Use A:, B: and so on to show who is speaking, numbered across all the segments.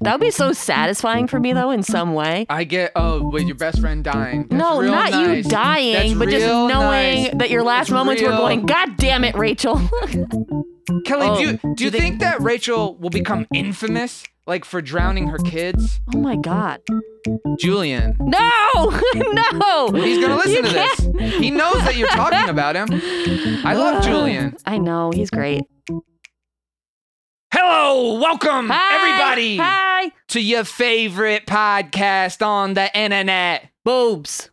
A: That would be so satisfying for me though, in some way.
B: I get oh with your best friend dying. That's
A: no,
B: real
A: not
B: nice.
A: you dying,
B: That's
A: but just
B: real
A: knowing
B: nice.
A: that your last
B: It's
A: moments were
B: real.
A: going, God damn it, Rachel.
B: Kelly,
A: Oh,
B: do you do,
A: do
B: you
A: they-
B: think that Rachel will become infamous like for drowning her kids?
A: oh my God.
B: Julian,
A: No! no!
B: he's gonna listen
A: You
B: to
A: can't-
B: this. He knows that you're talking about him. I love Julian.
A: I know, he's great.
B: Hello, welcome
A: Hi,
B: Mm, everybody
A: Hi!
B: to your favorite podcast on the internet.
A: Boobs.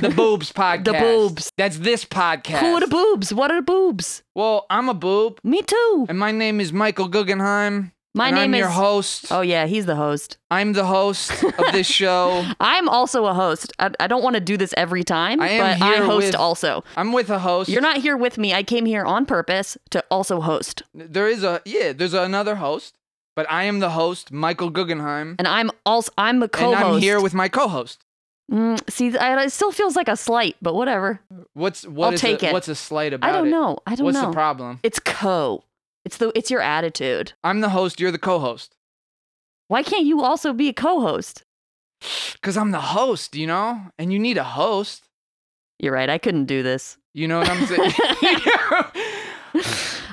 B: the boobs podcast.
A: boobs.
B: That's this podcast.
A: Who are the boobs? What are the boobs?
B: well, I'm a boob,
A: Me too.
B: and my name is Michael Guggenheim.
A: My
B: and
A: name
B: I'm
A: is.
B: your host.
A: oh yeah, he's the host.
B: I'm the host of this show.
A: I'm also a host. I, I don't want to do this every time,
B: I am
A: but I
B: here
A: host
B: with-
A: also.
B: I'm with a host.
A: You're not here with me. I came here on purpose to also host.
B: There is a yeah. There's another host, but I am the host, Michael Guggenheim,
A: And I'm also I'm the
B: and
A: co-host.
B: I'm here with my co-host.
A: Mm, see, I, it still feels like a slight, but whatever.
B: What's what
A: I'll
B: is
A: take
B: a,
A: it.
B: what's a slight about
A: I don't
B: it?
A: know. I don't
B: what's
A: know.
B: the problem?
A: it's co. It's the it's your attitude.
B: I'm the host. You're the co-host.
A: Why can't you also be a co-host?
B: Cause I'm the host, you know, and you need a host.
A: You're right. I couldn't do this.
B: You know what I'm saying?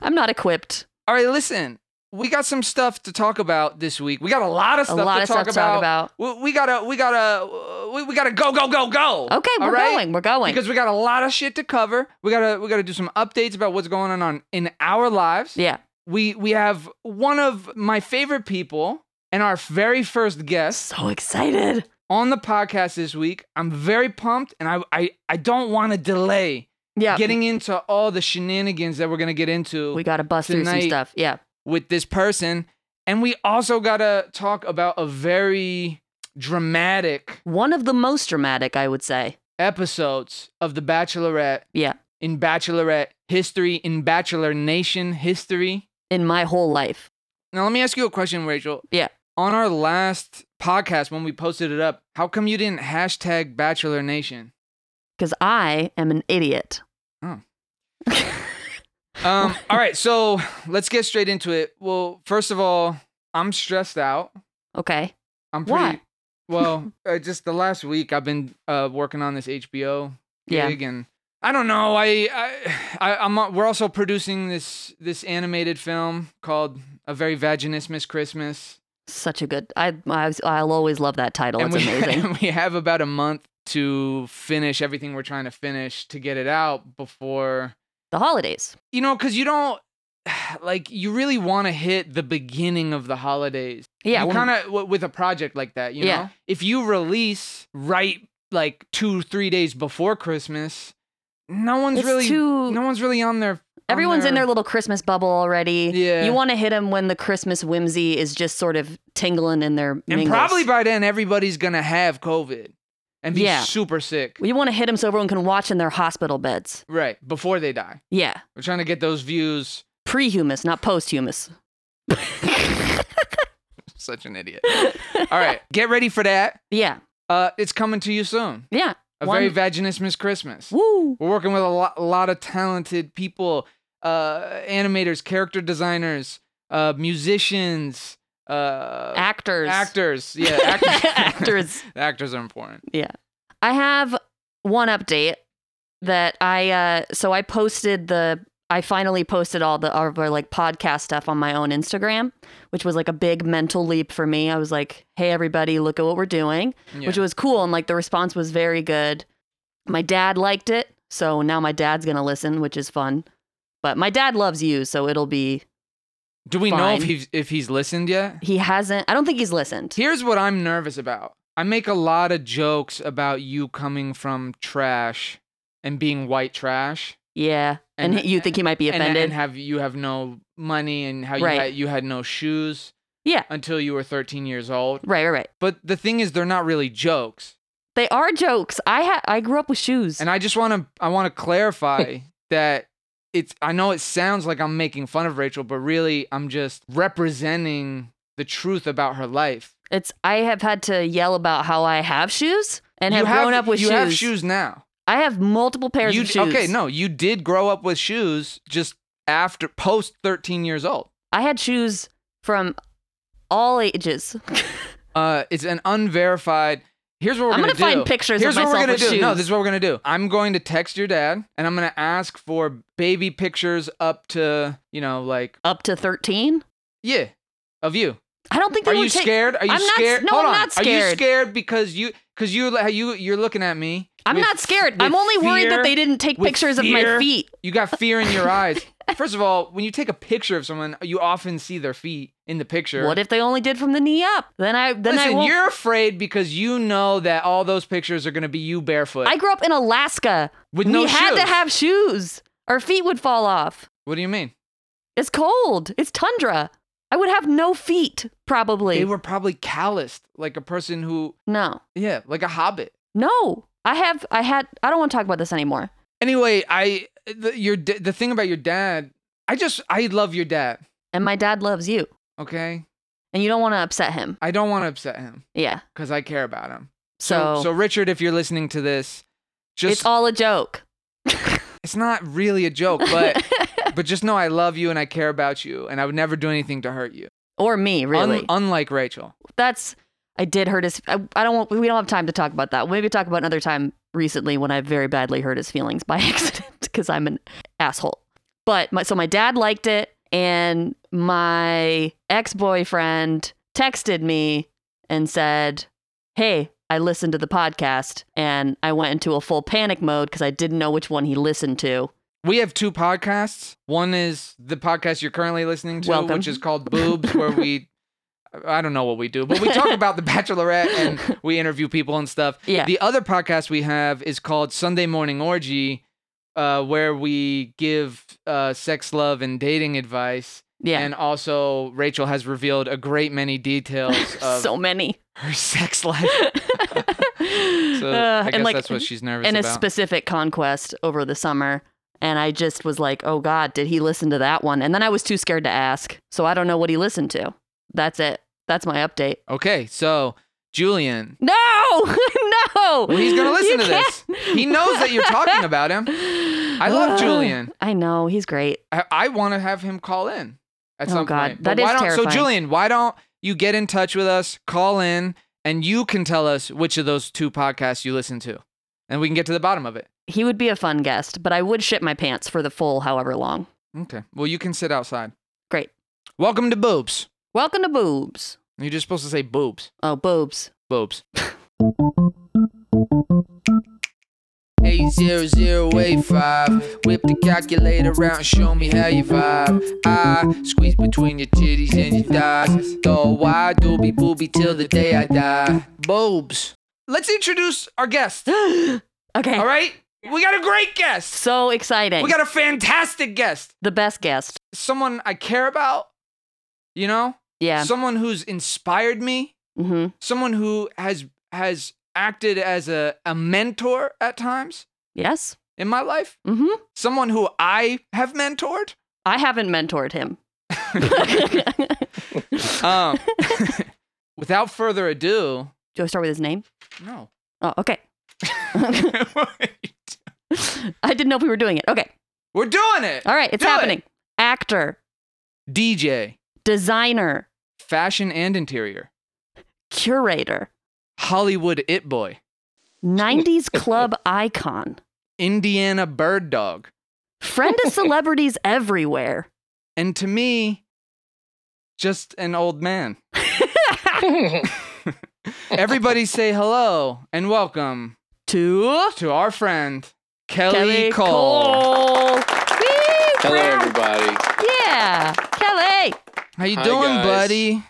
A: I'm not equipped.
B: All right, listen. We got some stuff to talk about this week. We got a lot of
A: A
B: stuff
A: lot
B: to
A: of
B: talk
A: stuff to talk about.
B: We, we gotta, we gotta, we, we gotta go, go, go, go.
A: Okay,
B: All
A: we're
B: right?
A: going. We're going.
B: because we got a lot of shit to cover. We gotta we gotta do some updates about what's going on, on in our lives.
A: yeah.
B: We we have one of my favorite people and our very first guest
A: So excited.
B: on the podcast this week. I'm very pumped, and I I, I don't want to delay
A: Yeah.
B: getting into all the shenanigans that we're gonna get into
A: we got to bust through
B: tonight-
A: some stuff. Yeah.
B: with this person. And we also gotta talk about a very dramatic
A: One of the most dramatic, I would say.
B: episodes of The Bachelorette
A: Yeah.
B: in Bachelorette history, in Bachelor Nation history.
A: In my whole life.
B: Now, let me ask you a question, Rachel.
A: Yeah.
B: On our last podcast, when we posted it up, how come you didn't hashtag Bachelor Nation?
A: Because I am an idiot.
B: Um, all right, so let's get straight into it. Well, first of all, I'm stressed out.
A: Okay.
B: I'm pretty.
A: Why?
B: Well, uh, just the last week, I've been uh, working on this HBO
A: Yeah.
B: gig, and I don't know. I, I, I I'm uh, we're also producing this this animated film called A Very Vaginismus Christmas.
A: Such a good. I, I I'll always love that title.
B: and
A: it's
B: we,
A: Oh, amazing.
B: and we have about a month to finish everything we're trying to finish to get it out before
A: the holidays.
B: you know because you don't like you really want to hit the beginning of the holidays
A: Yeah.
B: you
A: when-
B: kind of w- with a project like that you
A: Yeah.
B: know if you release right like two three days before christmas no one's
A: It's
B: really
A: too-
B: no one's really on their on
A: Everyone's in their little Christmas bubble already.
B: Yeah.
A: You want to hit them when the Christmas whimsy is just sort of tingling in their
B: and
A: mingles.
B: probably by then everybody's gonna have covid and be
A: Yeah.
B: super sick
A: you want to hit them so everyone can watch in their hospital beds.
B: right before they die
A: Yeah.
B: we're trying to get those views
A: Pre-humus, not post-humus.
B: Such an idiot. All right, get ready for that.
A: Yeah.
B: Uh, it's coming to you soon.
A: Yeah.
B: A
A: One-
B: very vaginismus Christmas.
A: Woo.
B: We're working with a lot, a lot of talented people, uh, animators, character designers, uh, musicians, uh,
A: Actors.
B: actors. Yeah, actors.
A: Actors.
B: actors are important.
A: I have one update that I uh so I posted the I finally posted all the our, our like podcast stuff on my own Instagram, which was like a big mental leap for me. I was like, "Hey everybody, look at what we're doing,"
B: Yeah.
A: which was cool and like the response was very good. My dad liked it, so now my dad's going to listen, which is fun. But my dad loves you, so it'll be
B: Do we know if
A: fine.
B: he's if he's listened yet?
A: he hasn't I don't think he's listened.
B: Here's what I'm nervous about. I make a lot of jokes about you coming from trash and being white trash.
A: Yeah. And,
B: And-
A: you think he might be
B: and-
A: offended?
B: And, have you have no money and how you
A: Right.
B: had, you had no shoes.
A: Yeah.
B: Until you were 13 years old.
A: right, right, right.
B: But the thing is, they're not really jokes.
A: They are jokes. I ha- I grew up with shoes.
B: And I just want to I want to clarify that it's I know it sounds like I'm making fun of Rachel, but really I'm just representing the truth about her life.
A: It's I have had to yell about how I have shoes and
B: you
A: have, grown up with
B: you
A: shoes.
B: have shoes now.
A: I have multiple pairs
B: You
A: of
B: d-
A: shoes.
B: Okay, no, you did grow up with shoes just after post 13 years old.
A: I had shoes from all ages.
B: Uh, it's an unverified. Here's what we're
A: I'm
B: gonna,
A: gonna, find
B: do.
A: pictures
B: Here's
A: of
B: what
A: myself
B: we're gonna
A: with
B: do.
A: shoes.
B: No, this is what we're gonna do. I'm going to text your dad, and I'm gonna ask for baby pictures up to you know like
A: Up to 13?
B: yeah, of you.
A: I don't think they
B: Are
A: would
B: you
A: take.
B: scared? Are you
A: I'm not s-
B: scared?
A: no,
B: Hold
A: I'm
B: on.
A: not
B: Are you
A: scared.
B: scared because you because you how you you're looking at me?
A: I'm
B: with-
A: not scared.
B: with
A: I'm only worried
B: fear.
A: that they didn't take
B: with
A: pictures of
B: fear.
A: my feet.
B: You got fear in your eyes. First of all, when you take a picture of someone, you often see their feet in the picture.
A: What if they only did from the knee up? Then I then I
B: Listen,
A: won't.
B: you're afraid because you know that all those pictures are going to be you barefoot
A: I grew up in Alaska.
B: with no
A: we had to
B: shoes.
A: have shoes. Our feet would fall off.
B: What do you mean?
A: It's cold. It's tundra. I would have no feet probably.
B: They were probably calloused, like a person who,
A: no.
B: yeah, like a hobbit.
A: No. I have I had I don't want to talk about this anymore.
B: Anyway, I the, your d- the thing about your dad, I just I love your dad.
A: And my dad loves you.
B: Okay,
A: And you don't want to upset him.
B: I don't want to upset him
A: Yeah.
B: because I care about him.
A: So,
B: so Richard, if you're listening to this, just
A: it's all a joke.
B: it's not really a joke, but but just know I love you and I care about you, and I would never do anything to hurt you.
A: or me,
B: Un-
A: really.
B: unlike Rachel.
A: That's I did hurt his I, I don't want we don't have time to talk about that. Maybe talk about another time recently when I very badly hurt his feelings by accident because I'm an asshole. But my, so my dad liked it and my ex-boyfriend texted me and said, "Hey, I listened to the podcast and I went into a full panic mode because I didn't know which one he listened to."
B: We have two podcasts. One is the podcast you're currently listening to,
A: Welcome.
B: which is called Boobs, where we I don't know what we do, but we talk about the Bachelorette and we interview people and stuff.
A: Yeah.
B: The other podcast we have is called Sunday Morning Orgy, uh, where we give uh, sex, love, and dating advice.
A: yeah.
B: And also, Rachel has revealed a great many details of
A: so many.
B: her sex life. So
A: Uh,
B: I
A: and,
B: guess
A: like,
B: that's what she's nervous
A: in a
B: about.
A: specific conquest over the summer. And I just was like, oh God, did he listen to that one? And then I was too scared to ask. So I don't know what he listened to. That's it. That's my update.
B: okay, so Julian,
A: No, no.
B: well, he's gonna listen
A: You
B: to this. He knows that you're talking about him.
A: can't-
B: I love
A: Ugh.
B: Julian.
A: I know. He's great.
B: I, I want to have him call in at
A: Oh,
B: some
A: God,
B: point.
A: that
B: But why
A: is
B: don't- So
A: terrifying.
B: Julian, why don't you get in touch with us, call in, and you can tell us which of those two podcasts you listen to, and we can get to the bottom of it.
A: He would be a fun guest, but I would shit my pants for the full however long.
B: Okay. Well, you can sit outside.
A: Great.
B: Welcome to boobs.
A: Welcome to Boobs.
B: You're just supposed to say boobs.
A: Oh, Boobs.
B: Boobs. 80085. Whip the calculator around and show me how you vibe. I squeeze between your titties and your thighs. Though I doobie boobie till the day I die. Boobs. Let's introduce our guest.
A: okay.
B: All right? We got a great guest.
A: So exciting.
B: We got a fantastic guest.
A: the best guest.
B: Someone I care about, you know?
A: Yeah.
B: Someone who's inspired me.
A: hmm
B: someone who has has acted as a, a mentor at times
A: Yes.
B: in my life
A: hmm
B: someone who i have mentored
A: I haven't mentored him.
B: um, without further ado
A: Do I start with his name?
B: no
A: Oh, okay. I didn't know if we were doing it. Okay.
B: we're doing it
A: All right. It's
B: Do it.
A: happening. Actor,
B: dj
A: designer,
B: fashion and interior
A: curator,
B: hollywood it boy
A: 90s club icon,
B: indiana bird dog
A: friend of celebrities everywhere.
B: and to me just an old man everybody say hello and welcome
A: To
B: to our friend Kelly,
A: Kelly
B: Cole.
A: Cole. Whee!
C: Hello,
A: Round-
C: everybody.
A: Yeah. Kelly.
B: How you
C: Hi,
B: doing,
C: guys.
B: buddy?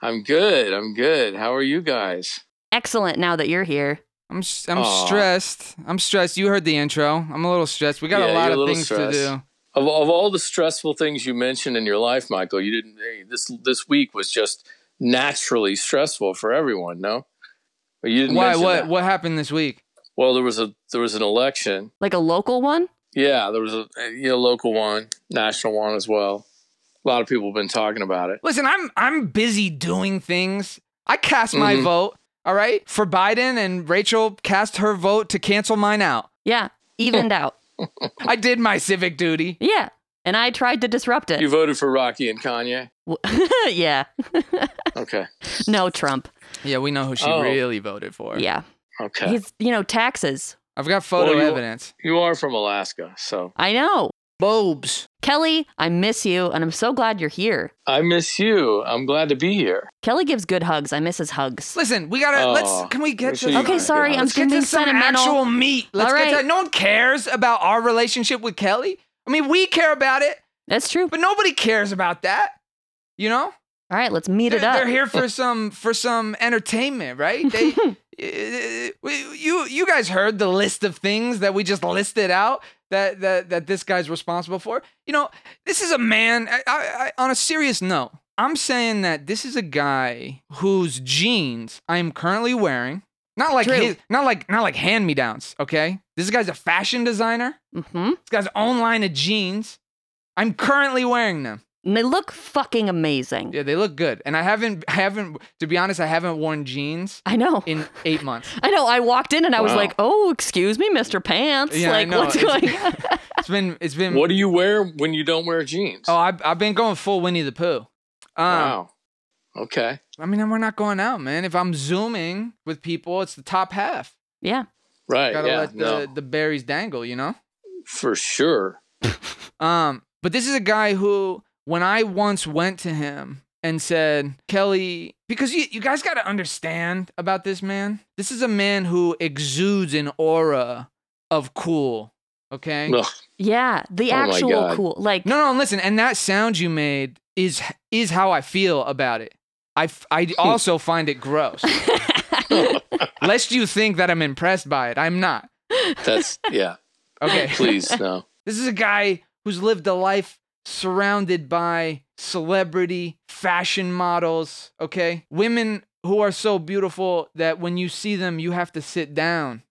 C: I'm good. I'm good. How are you guys?
A: Excellent now that you're here.
B: I'm s- I'm
C: Aw.
B: stressed. I'm stressed. You heard the intro. I'm a little stressed. We got
C: Yeah,
B: a lot
C: you're a
B: of
C: little
B: things to
C: stressed.
B: do.
C: Of, of all the stressful things you mentioned in your life, Michael, you didn't. eh, This this week was just naturally stressful for everyone. No, But you didn't.
B: Why?
C: mention
B: What?
C: that.
B: What happened this week?
C: Well, there was a there was an election.
A: Like a local one?
C: Yeah, there was a eh, you know, local one, national one as well. A lot of people have been talking about it.
B: Listen, I'm I'm busy doing things. I cast my
C: Mhm.
B: vote. All right, for Biden and Rachel cast her vote to cancel mine out.
A: Yeah. Evened out.
B: I did my civic duty.
A: Yeah. and I tried to disrupt
C: You
A: it.
C: voted for Rocky and Kanye.
A: yeah.
C: Okay.
A: No Trump.
B: Yeah, we know who she
C: Oh.
B: really voted for.
A: Yeah.
C: Okay.
A: He's, you know, taxes.
B: I've got photo
C: Well, you-
B: evidence.
C: You are from Alaska, so
A: I know.
B: Bobes.
A: Kelly, I miss you and I'm so glad you're here.
C: I miss you. I'm glad to be here.
A: Kelly gives good hugs. I miss his hugs.
B: Listen, we gotta.
C: Oh,
B: let's. Can we get
C: we
B: to?
C: should-
A: Okay, sorry, I'm
B: Let's get
A: getting
B: to some
A: sentimental.
B: actual meat. Let's
A: All
B: get
A: right.
B: to. No one cares about our relationship with Kelly. I mean, we care about it,
A: That's true.
B: but nobody cares about that. You know,
A: All right, let's meet
B: they're,
A: it up.
B: they're here for some for some entertainment, right? They, eh, we- you you guys heard the list of things that we just listed out that that that this guy's responsible for. You know, this is a man. I, I, I, on a serious note, I'm saying that this is a guy whose jeans I am currently wearing. Not like
A: True.
B: his, not like not like hand me downs. Okay, this guy's a fashion designer.
A: hmm
B: This guy's own line of jeans. I'm currently wearing them.
A: And they look fucking amazing.
B: Yeah, they look good. And I haven't, I haven't, to be honest, I haven't worn jeans
A: I know.
B: in eight months.
A: I know. I walked in and I was
C: Wow.
A: like, "Oh, excuse me, Mr. Pants.
B: Yeah, I
A: like,
B: know.
A: what's
B: It's-
A: going on?"
B: It's been, it's been.
C: What do you wear when you don't wear jeans?
B: Oh, I've, I've been going full Winnie the Pooh. Um,
C: wow. Okay.
B: I mean, we're not going out, man. If I'm zooming with people, it's the top half.
A: yeah,
C: Right.
B: Gotta
C: yeah.
B: let the,
C: no.
B: the berries dangle, you know.
C: For sure.
B: Um, but this is a guy who, when I once went to him and said, Kelly, because you, you guys got to understand about this man. This is a man who exudes an aura of cool. Okay.
C: No.
A: yeah. The
C: Oh my
A: actual
C: God.
A: cool, like,
B: No, no, and listen, and that sound you made is is how I feel about it. I, f- I also find it gross. Lest you think that I'm impressed by it. I'm not.
C: That's yeah.
B: Okay.
C: Please no.
B: This is a guy who's lived a life surrounded by celebrity fashion models, okay? Women who are so beautiful that when you see them, you have to sit down,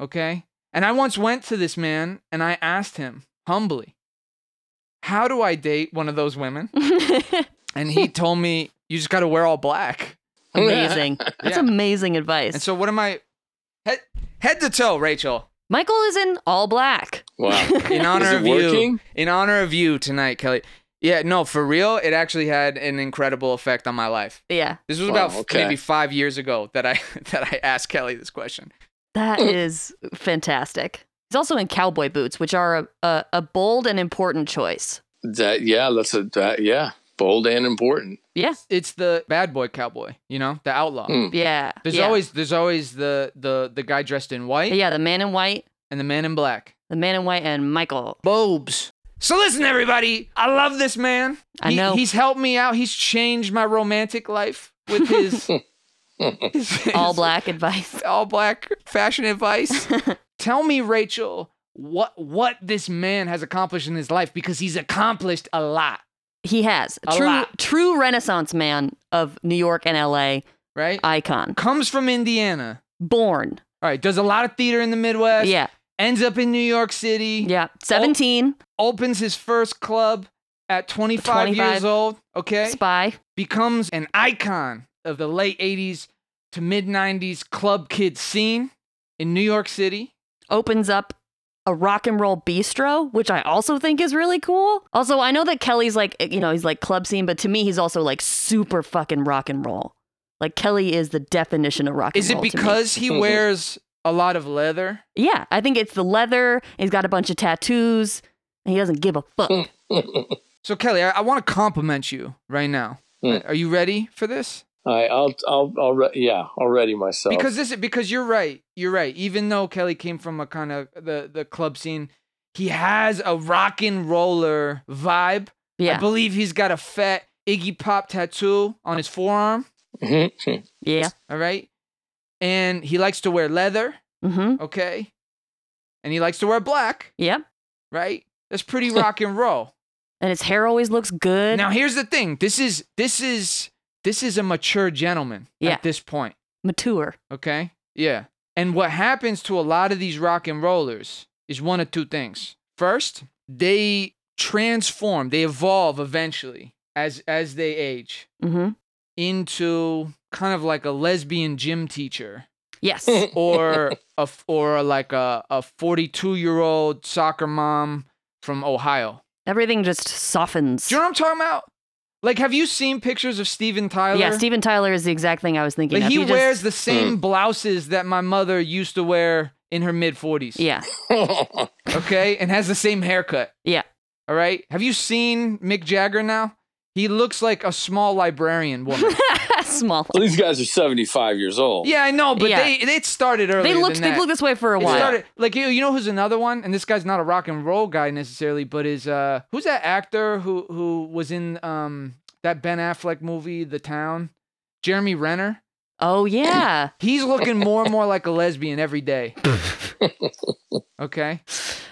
B: okay? And I once went to this man and I asked him humbly, How do I date one of those women? And he told me, You just got to wear all black.
A: amazing. That's
B: Yeah.
A: amazing advice.
B: And so, what am I? Head, head to toe, Rachel.
A: Michael is in all black.
C: wow.
B: in honor
C: it
B: of you
C: working?
B: in honor of you tonight kelly yeah no for real it actually had an incredible effect on my life
A: Yeah,
B: this was
C: Wow,
B: about f-
C: okay.
B: maybe five years ago that i that i asked kelly this question
A: that
B: Hmm.
A: is fantastic. He's also in cowboy boots, which are a, a, a bold and important choice.
C: That yeah. That's a that yeah. Bold and important.
A: Yeah,
B: it's the bad boy cowboy you know the outlaw
C: Mm.
A: yeah.
B: there's
A: yeah.
B: always there's always the the the guy dressed in white
A: yeah. The man in white,
B: and the man in black
A: the man in white, and Michael.
B: Bobes. So listen, everybody. I love this man.
A: I
B: He-
A: know.
B: he's helped me out. He's changed my romantic life with his, his-
A: All
B: his
A: black advice.
B: all black fashion advice. Tell me, Rachel, what what this man has accomplished in his life because he's accomplished a lot,
A: He has
B: A
A: true
B: lot.
A: true Renaissance man of New York and L.A.
B: right?
A: Uh, icon.
B: Comes from Indiana.
A: Born,
B: All right, does a lot of theater in the Midwest.
A: yeah,
B: Ends up in New York City.
A: yeah. Seventeen,
B: Opens his first club at 25,
A: 25.
B: years old. Okay.
A: spy.
B: becomes an icon of the late 80s to mid 90s club kid scene in New York City.
A: Opens up a rock and roll bistro, which I also think is really cool. Also, I know that Kelly's like, eh, you know, he's like club scene, but to me, he's also like super fucking rock and roll. Like Kelly is the definition of rock.
B: Is
A: and
B: it
A: roll to me.
B: because he wears a lot of leather?
A: Yeah, I think it's the leather. He's got a bunch of tattoos, and he doesn't give
B: Hmm.
A: a fuck.
B: So, Kelly, I, I want to compliment you right now.
C: Mm.
B: Are you ready for this?
C: I, I'll I'll I'll re- yeah. Already myself.
B: Because this, because you're right, you're right. Even though Kelly came from a kind of the the club scene, he has a rock and roller vibe. I
A: Yeah,
B: believe he's got a fat Iggy Pop tattoo on his forearm.
C: Mhm.
A: yeah.
B: All right, and he likes to wear leather.
A: Mm-hmm.
B: okay? And he likes to wear black,
A: Yep.
B: right? That's pretty rock and roll.
A: And his hair always looks good.
B: Now here's the thing. This is this is this is a mature gentleman
A: Yeah.
B: at this point,
A: Mature.
B: okay? Yeah. And what happens to a lot of these rock and rollers is one of two things. First, they transform, they evolve eventually as as they age
A: Mm-hmm.
B: into kind of like a lesbian gym teacher
A: Yes.
B: Hmm. or a f- or like a a 42 year old soccer mom from Ohio.
A: Everything just softens.
B: Do you know what I'm talking about? Like, have you seen pictures of Steven Tyler?
A: yeah, Steven Tyler is the exact thing I was thinking.
B: Like
A: of.
B: he
A: just- Mm.
B: wears the same blouses that my mother used to wear in her mid 40s.
A: Yeah,
B: Okay, and has the same haircut.
A: Yeah.
B: All right. Have you seen Mick Jagger now? He looks like a small librarian woman.
A: small.
C: Well, these guys are 75 years old.
B: yeah, I know, but
A: Yeah.
B: they it started earlier.
A: They looked.
B: than
A: They've
B: that.
A: looked this way for a
B: It
A: while.
B: started like you, you know who's another one, and this guy's not a rock and roll guy necessarily, but is uh who's that actor who who was in um that Ben Affleck movie The Town, Jeremy Renner.
A: oh yeah.
B: He's looking more and more like a lesbian every day. okay.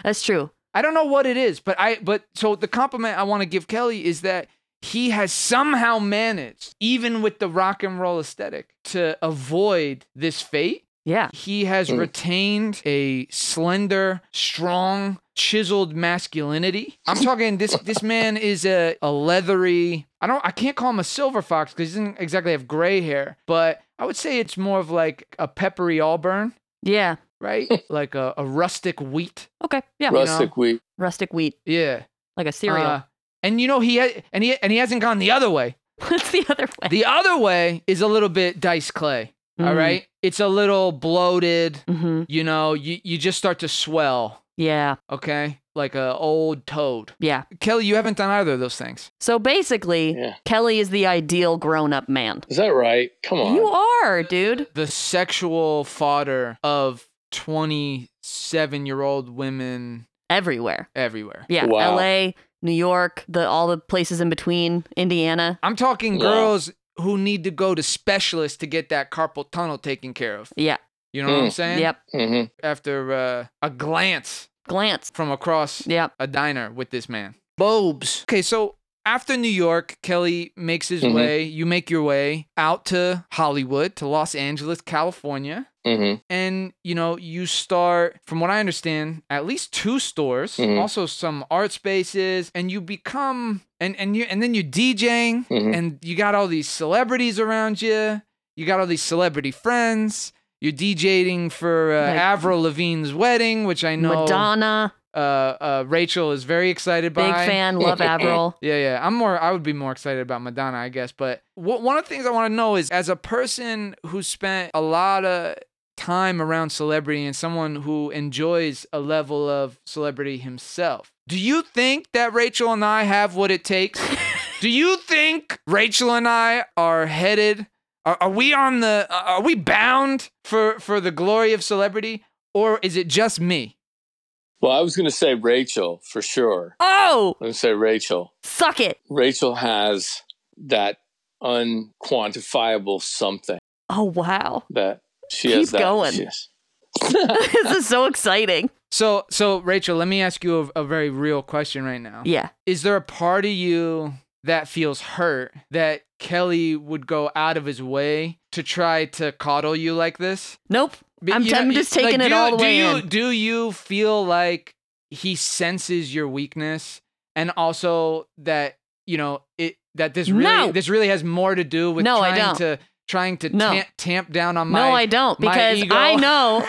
A: That's true.
B: I don't know what it is, but I but so the compliment I want to give Kelly is that he has somehow managed, even with the rock and roll aesthetic, to avoid this fate.
A: Yeah.
B: He has
C: Mm.
B: retained a slender, strong, chiseled masculinity. I'm talking this this man is a, a leathery I don't I can't call him a silver fox because he doesn't exactly have gray hair, but I would say it's more of like a peppery auburn,
A: Yeah.
B: right? like a, a rustic wheat.
A: Okay. Yeah.
C: Rustic wheat.
A: Rustic wheat,
B: Yeah.
A: like a cereal.
B: Uh, and you know he ha- and he and he hasn't gone the other way.
A: What's the other way?
B: The other way is a little bit Dice Clay.
A: Mm.
B: All right, it's a little bloated.
A: Mm-hmm.
B: You know, you you just start to swell.
A: Yeah.
B: Okay, like a old toad.
A: Yeah.
B: Kelly, you haven't done either of those things.
A: So basically,
C: Yeah.
A: Kelly is the ideal grown-up man.
C: Is that right? Come on.
A: You are, dude.
B: The sexual fodder of twenty-seven-year-old women
A: Everywhere.
B: everywhere.
A: Yeah.
C: Wow.
A: L.A., New York, the all the places in between, Indiana.
B: I'm talking
C: Wow.
B: girls who need to go to specialists to get that carpal tunnel taken care of.
A: Yeah.
B: You know what I'm
C: Mm.
B: saying?
A: Yep.
C: Mhm.
B: After uh, a glance
A: Glance.
B: from across
A: Yep.
B: a diner with this man. Bobes. Okay, so after New York, Kelly makes his
C: Mhm.
B: way, you make your way out to Hollywood, to Los Angeles, California.
C: Mhm.
B: And, you know, you start, from what I understand, at least two stores,
C: Mhm.
B: also some art spaces, and you become, and, and, you, and then you're DJing,
C: Mhm.
B: and you got all these celebrities around you. You got all these celebrity friends. You're DJing for uh,
A: Like-
B: Avril Lavigne's wedding, which I know
A: Madonna.
B: uh, uh, Rachel is very excited by.
A: Big fan. Love Avril.
B: Yeah, yeah. I'm more. I would be more excited about Madonna, I guess. But wh- one of the things I want to know is, as a person who spent a lot of time around celebrity and someone who enjoys a level of celebrity himself, do you think that Rachel and I have what it takes? do you think Rachel and I are headed? Are, are we on the? Are we bound for for the glory of celebrity, or is it just me?
C: Well, I was going to say Rachel for sure.
A: Oh,
C: I'm going to say Rachel.
A: suck it.
C: Rachel has that unquantifiable something
A: Oh wow.
C: that she
A: Keep
C: has. That,
A: going.
C: she has-
A: this is so exciting.
B: So, so Rachel, let me ask you a, a very real question right now.
A: Yeah.
B: Is there a part of you that feels hurt that Kelly would go out of his way to try to coddle you like this?
A: Nope.
B: Be-
A: I'm-
B: you
A: I'm just taking
B: like,
A: it
B: do,
A: all the
B: do
A: way
B: you,
A: in.
B: Do you feel like he senses your weakness, and also that you know it that this really
A: No.
B: this really has more to do with
A: No, I
B: trying
A: don't.
B: to trying to
A: No.
B: tamp, tamp down on
A: no,
B: my
A: I don't
B: my
A: because
B: ego.
A: I know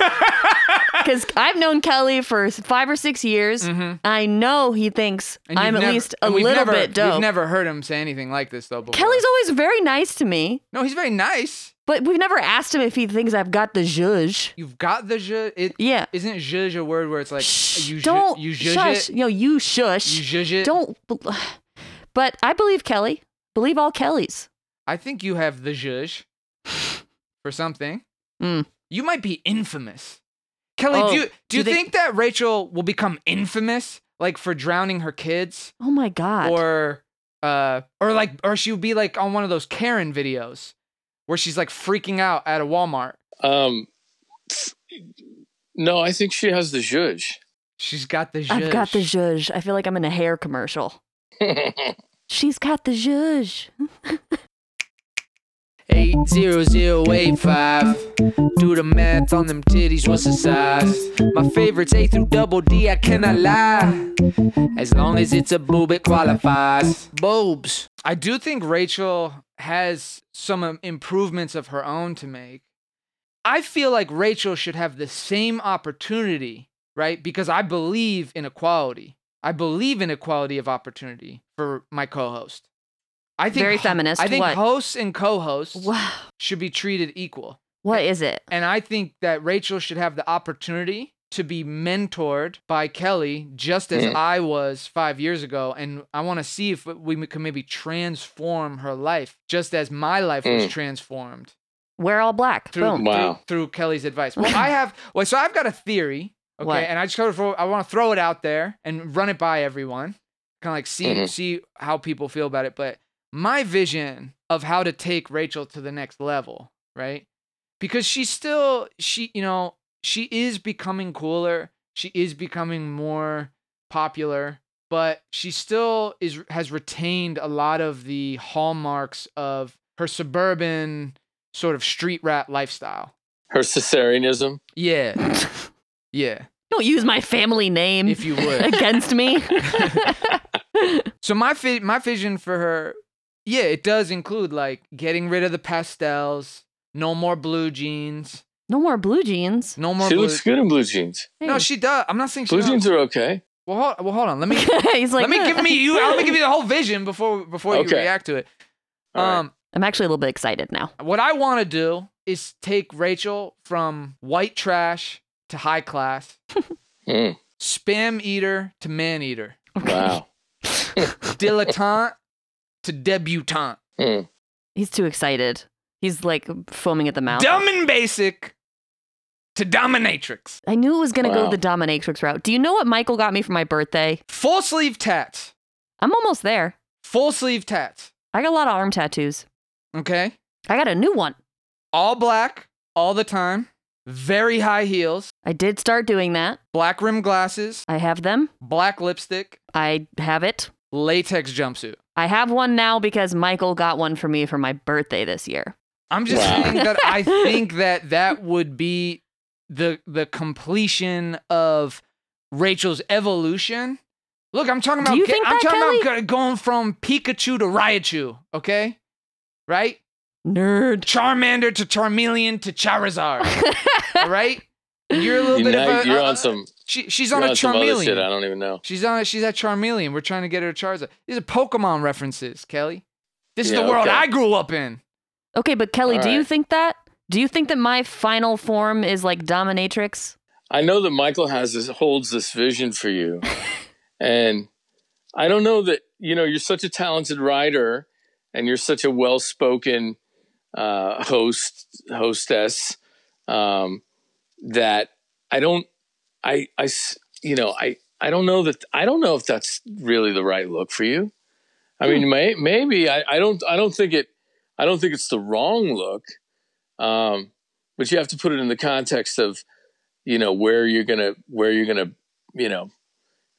A: because I've known Kelly for five or six years.
B: Mhm.
A: I know he thinks
B: And
A: I'm
B: you've
A: at
B: never-
A: least a
B: and we've
A: little
B: never-
A: bit dope.
B: We've never heard him say anything like this though. Before.
A: Kelly's always very nice to me,
B: no, he's very nice.
A: but we've never asked him if he thinks I've got the zhuzh.
B: You've got the zhuzh. It
A: Yeah.
B: isn't zhuzh a word where it's like
A: Shh,
B: you zhuzh-
A: don't
B: you zhuzh
A: shush.
B: it.
A: No, you
B: You
A: shush.
B: zhuzh it.
A: don't. But I believe Kelly. Believe all Kellys.
B: I think you have the zhuzh for something.
A: Mm.
B: You might be infamous. Kelly,
A: Oh,
B: do you, do you
A: they-
B: think, that Rachel will become infamous, like for drowning her kids,
A: Oh my God.
B: or uh, or like, or she'll be like on one of those Karen videos where she's like freaking out at a Walmart.
C: um, no, I think she has the zhuzh.
B: She's got the zhuzh.
A: I've got the zhuzh. I feel like I'm in a hair commercial. She's got the zhuzh.
B: 80085. Do the math on them titties, what's the size? My favorite's A through double D, I cannot lie. As long as it's a boob, it qualifies. Boobs. I do think Rachel has some um, improvements of her own to make. I feel like Rachel should have the same opportunity, right? Because I believe in equality. I believe in equality of opportunity for my co-host. I think
A: Very feminist.
B: I think
A: what?
B: hosts and co-hosts
A: Wow.
B: should be treated equal.
A: What is it?
B: And I think that Rachel should have the opportunity to be mentored by Kelly just as
C: Mhm.
B: I was five years ago. And I want to see if we can maybe transform her life just as my life was
C: Mm.
B: transformed
A: We're all black.
B: through,
A: Boom.
C: Wow.
B: through, through Kelly's advice. Well, I have, well, so I've got a theory. Okay.
A: What?
B: And I just sort of, I want to throw it out there and run it by everyone. Kind of like see,
C: Mhm.
B: see how people feel about it. But my vision of how to take Rachel to the next level, right? Because she's still, she, you know, she is becoming cooler. She is becoming more popular, but she still is has retained a lot of the hallmarks of her suburban sort of street rat lifestyle.
C: Her cesareanism.
B: Yeah. Yeah.
A: Don't use my family name
B: If you would.
A: against me.
B: so my fi- my vision for her, yeah, it does include like getting rid of the pastels, no more blue jeans,
A: no more blue jeans.
B: no more
C: she
B: blue.
C: looks good in blue jeans.
B: No, she does. I'm not saying she
C: Blue
B: does.
C: jeans are okay.
B: Well, hold, well, hold on. Let me
A: He's like,
B: let me give me you. Let me give you the whole vision before before you
C: Okay.
B: react to it.
C: All right.
B: Um,
A: I'm actually a little bit excited now.
B: what I want to do is take Rachel from white trash to high class,
C: Mm,
B: spam eater to man eater,
C: wow.
B: dilettante to debutante,
C: Mm.
A: He's too excited. He's like foaming at the mouth.
B: dumb and basic to dominatrix,
A: I knew it was gonna
C: Wow.
A: go the dominatrix route. Do you know what Michael got me for my birthday?
B: full sleeve tats,
A: I'm almost there.
B: full sleeve tats.
A: I got a lot of arm tattoos.
B: Okay,
A: I got a new one.
B: all black all the time, very high heels,
A: I did start doing that.
B: black rim glasses,
A: I have them.
B: black lipstick,
A: I have it.
B: latex jumpsuit.
A: I have one now because Michael got one for me for my birthday this year.
B: I'm just
C: Wow.
B: saying that I think that that would be the the completion of Rachel's evolution. Look, I'm talking
A: Do
B: about
A: you
B: ge-
A: think
B: I'm
A: that,
B: talking about go- going from Pikachu to Raichu, okay? Right?
A: Nerd.
B: Charmander to Charmeleon to Charizard. all right? You're a little
C: You
B: bit
C: know,
B: of a,
C: you're
B: a-
C: on some.
B: she, she's
C: you're
B: on
C: on,
B: a
C: some other shit. I
B: Charmeleon.
C: don't even know.
B: She's on she's at Charmeleon. We're trying to get her a Charizard. These are Pokemon references, Kelly. This is
C: Yeah,
B: the world
C: okay.
B: I grew up in.
A: Okay, but Kelly,
C: All
A: do you
C: right.
A: think that? Do you think that my final form is like dominatrix?
C: I know that Michael has this holds this vision for you, and I don't know that you know you're such a talented writer, and you're such a well spoken uh, host hostess um, that I don't I I s- you know I I don't know that I don't know if that's really the right look for you. I mean, may, maybe I, I don't I don't think it I don't think it's the wrong look, um, but you have to put it in the context of you know where you're gonna where you're gonna you know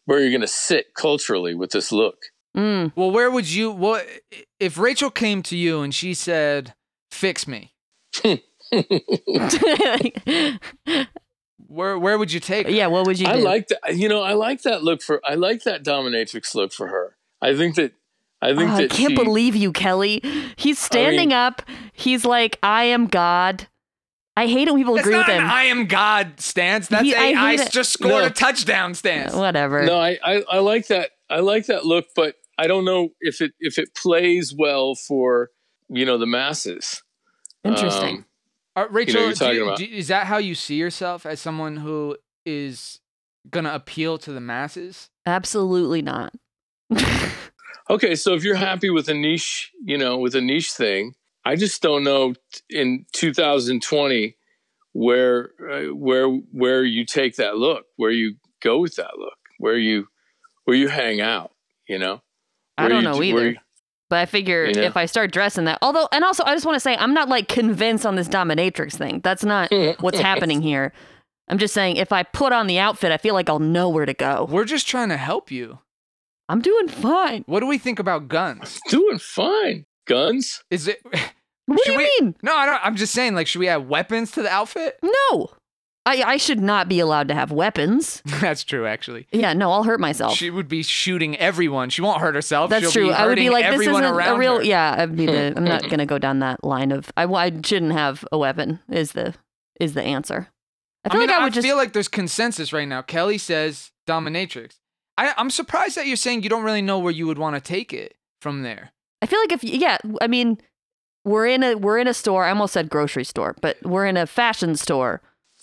C: where you're gonna sit culturally with this look
A: Mm.
B: Well, where would you what if Rachel came to you and she said, "Fix me." Where where would you take? her?
A: yeah, what would you do?
C: i like that you know i like that look for i like that dominatrix look for her i think that i think
A: Oh,
C: that
A: I can't
C: she-
A: believe you, Kelly. He's standing up. He's like, I am God. I hate it when people
B: That's
A: agree
B: not
A: with
B: an
A: him.
B: I am God stance. That's
A: He-
B: a
A: I
B: I
A: hate it.
B: just scored
C: No.
B: a touchdown stance.
A: Whatever.
C: no um, I, I i like that i like that look but i don't know if it if it plays well for you know the masses
A: Interesting.
C: Um,
B: Uh, Rachel,
C: you're
B: do
C: talking
B: you-
C: about-
B: do- is that how you see yourself as someone who is going to appeal to the masses?
A: Absolutely not.
C: okay so if you're happy with a niche you know with a niche thing i just don't know t- in 2020 where uh, where where you take that look where you go with that look where you where you hang out you know
A: I
C: Where
A: don't
C: you
A: know
C: d- where
A: either.
C: you-
A: But I figure
C: You know?
A: if I start dressing that, although, and also, I just want to say, I'm not like convinced on this dominatrix thing. That's not what's happening here. I'm just saying, if I put on the outfit, I feel like I'll know where to go.
B: We're just trying to help you.
A: I'm doing fine.
B: What do we think about guns?
C: doing fine guns
B: Is it
A: What do
B: Should
A: you
B: we-
A: mean?
B: No, I don't I'm just saying like should we add weapons to the outfit?
A: No, I I should not be allowed to have weapons.
B: That's true actually.
A: Yeah, no, I'll hurt myself.
B: She would be shooting everyone. She won't hurt herself.
A: That's
B: She'll
A: true.
B: Be
A: I would be
B: hurting
A: like, this
B: everyone
A: isn't
B: around
A: a real.
B: her.
A: Yeah, I need to, I'm not gonna go down that line of. I, I shouldn't have a weapon. Is the is the answer? I feel
B: mean,
A: like I would just.
B: feel like there's consensus right now. Kelly says dominatrix. I, I'm surprised that you're saying you don't really know where you would want to take it from there.
A: I feel like if yeah, I mean, we're in a we're in a store. I almost said grocery store, but we're in a fashion store,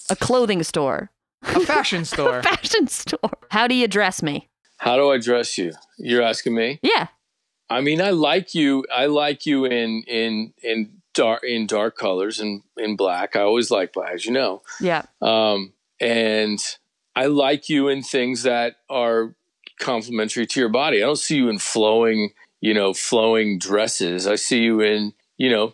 A: a clothing store,
B: A fashion store.
A: a fashion store. How do you dress me?
C: How do I dress you? You're asking me.
A: Yeah,
C: I mean, I like you. I like you in in in dark in dark colors and in black. I always like black, as you know.
A: yeah,
C: Um, and I like you in things that are complementary to your body. I don't see you in flowing, you know, flowing dresses. I see you in, you know,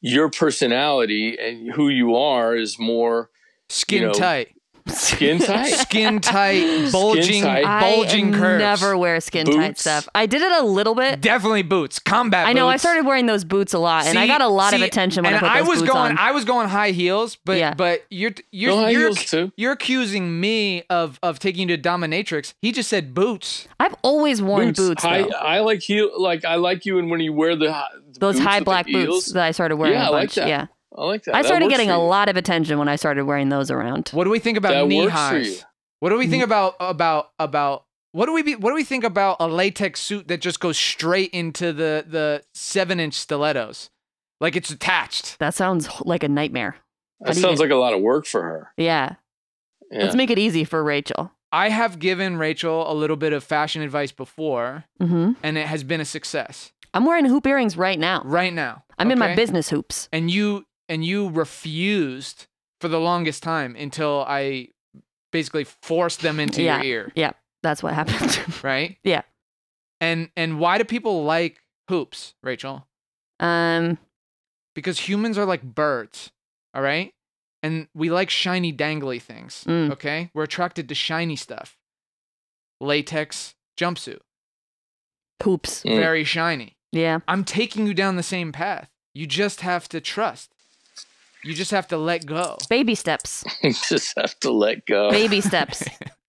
C: your personality and who you are is more
B: Skin
C: You know,
B: tight.
C: skin tight.
B: Skin tight. Bulging
C: tight.
B: bulging
A: I
B: curves.
A: never wear skin tight
C: Boots.
A: stuff. I did it a little bit.
B: Definitely boots. Combat
A: I know. I
B: boots.
A: started wearing those boots a lot, and I
B: See-
A: got a lot of
B: see,
A: attention when I
B: and
A: put those
B: was
A: boots
B: going,
A: on.
B: I was going high heels, but
A: Yeah.
B: but you're you're
C: No high
B: you're,
C: heels, too.
B: you're accusing me of of taking you to dominatrix. He just said boots.
A: I've always worn boots.
C: I,
A: though.
C: I like heel. Like I like you, and when you wear the hi- the
A: Those
C: boots
A: high
C: with the
A: black
C: heels,
A: boots that I started wearing
C: Yeah,
A: a
C: I like
A: bunch.
C: that.
A: yeah,
C: I like that.
A: I
C: That
A: started
C: works
A: getting
C: for
A: a
C: you.
A: lot of attention when I started wearing those around.
B: What do we think about
C: That
B: knee
C: works for
B: highs?
C: you.
B: What do we think about about about what do we be, what do we think about a latex suit that just goes straight into the the seven inch stilettos, like it's attached?
A: That sounds h- like a nightmare. How
C: That
A: do you
C: sounds
A: get-
C: like a lot of work for her.
A: Yeah.
C: Yeah.
A: Let's make it easy for Rachel.
B: I have given Rachel a little bit of fashion advice before,
A: hmm
B: and it has been a success.
A: I'm wearing hoop earrings right now.
B: Right now,
A: I'm in my
B: okay?
A: business hoops.
B: and you and you refused for the longest time until I basically forced them into
A: Yeah.
B: your ear,
A: Yeah, that's what happened.
B: right?
A: Yeah.
B: And and why do people like hoops, Rachel?
A: um,
B: Because humans are like birds, all right? And we like shiny dangly things,
A: Mm.
B: okay? We're attracted to shiny stuff. Latex jumpsuit,
A: hoops.
C: Mm.
B: very shiny.
A: Yeah.
B: I'm taking you down the same path. You just have to trust. You just have to let go.
A: Baby steps.
C: You just have to let
B: Oh.
C: go.
A: Baby steps.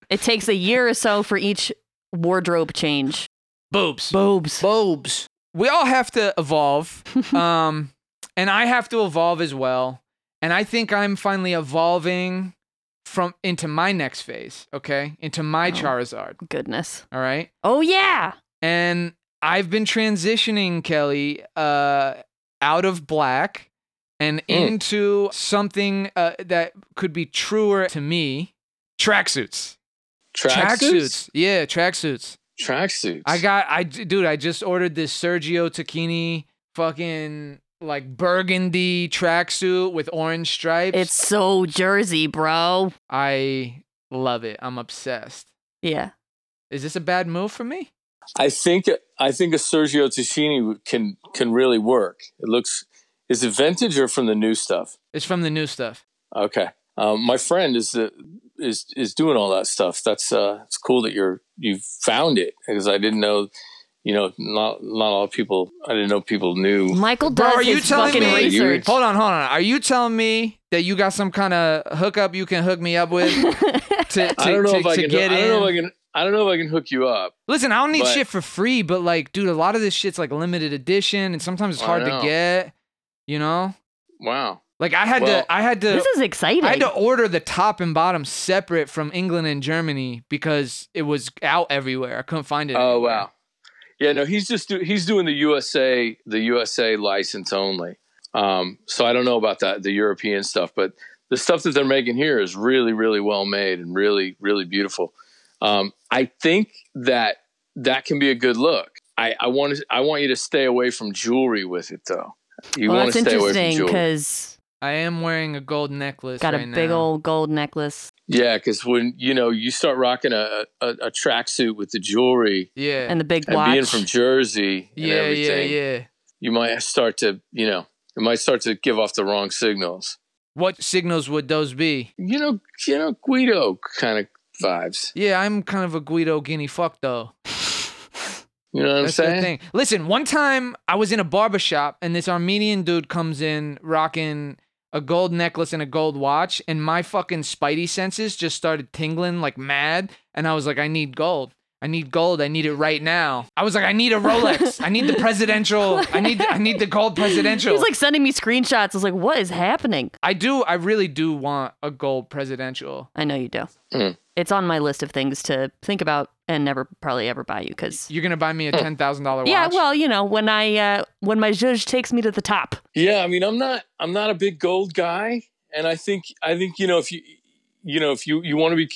A: It takes a year or so for each wardrobe change.
B: Boobs.
A: Boobs.
B: Bobes. We all have to evolve. um, and I have to evolve as well. And I think I'm finally evolving from into my next phase, okay? Into my
A: Oh.
B: Charizard,
A: Goodness.
B: all right?
A: Oh, yeah.
B: And I've been transitioning, Kelly, uh, out of black and
C: Mm.
B: into something uh, that could be truer to me. Tracksuits.
C: Tracksuits.
B: Yeah, tracksuits.
C: Tracksuits.
B: I got I dude, I just ordered this Sergio Tacchini fucking like burgundy tracksuit with orange stripes.
A: It's so Jersey, bro.
B: I love it. I'm obsessed.
A: Yeah.
B: Is this a bad move for me?
C: I think I think a Sergio Ticini can can really work. It looks is it vintage or from the new stuff?
B: It's from the new stuff.
C: Okay, um, my friend is the is is doing all that stuff. That's uh, it's cool that you're you found it because I didn't know, you know, not not all people. I didn't know people knew.
A: Michael
B: Bro,
A: does
B: are you
A: his
B: telling
A: fucking
B: me-
A: research.
B: Hold on, hold on. Are you telling me that you got some kind of hookup you can hook me up with to, to,
C: I don't know
B: to,
C: if I
B: to
C: can.
B: get
C: I
B: in?
C: don't know if I can. I don't know if I can hook you up.
B: Listen, I don't need
C: but-
B: shit for free, but like, dude, a lot of this shit's like limited edition, and sometimes it's
C: I
B: hard to
C: know.
B: get. You know,
C: Wow.
B: like I had
C: Well-
B: to, I had to,
A: This is exciting.
B: I had to order the top and bottom separate from England and Germany because it was out everywhere. I couldn't find it.
C: Oh
B: anywhere.
C: wow. Yeah, no, he's just do, he's doing the USA the USA license only. Um, so I don't know about that the European stuff, but the stuff that they're making here is really really well made and really really beautiful. Um, I think that that can be a good look. I, I want to I want you to stay away from jewelry with it though. You
A: well,
C: want
A: that's
C: to stay away from
A: interesting
C: jewelry.
A: because
B: I am wearing a gold necklace.
A: got a
B: right
A: big
B: now.
A: old gold necklace.
C: Yeah, because when you know you start rocking a a, a tracksuit with the jewelry
B: Yeah.
A: and the big
C: and
A: watch.
C: being from Jersey and
B: yeah, yeah,
C: everything.
B: yeah.
C: you might start to, you know, it might start to give off the wrong signals.
B: What signals would those be?
C: You know, you know, Guido kind of vibes.
B: Yeah, I'm kind of a Guido guinea fuck though.
C: You know what I'm
B: That's the
C: saying?
B: thing. Listen, one time I was in a barber shop and this Armenian dude comes in rocking a gold necklace and a gold watch, and my fucking spidey senses just started tingling like mad, and I was like, I need gold. I need gold. I need it right now. I was like, I need a Rolex. I need the presidential. I need I need the gold presidential.
A: He's like sending me screenshots. I was like, what is happening?
B: I do. I really do want a gold presidential.
A: I know you do.
B: Hmm.
C: Mm.
A: It's on my list of things to think about and never probably ever buy you because.
B: You're gonna buy me a ten thousand dollar watch.
A: Hmm. Yeah, well, you know, when I uh, when my judge takes me to the top,
C: Yeah, I mean, I'm not I'm not a big gold guy, and I think I think you know if you you know if you you want to be,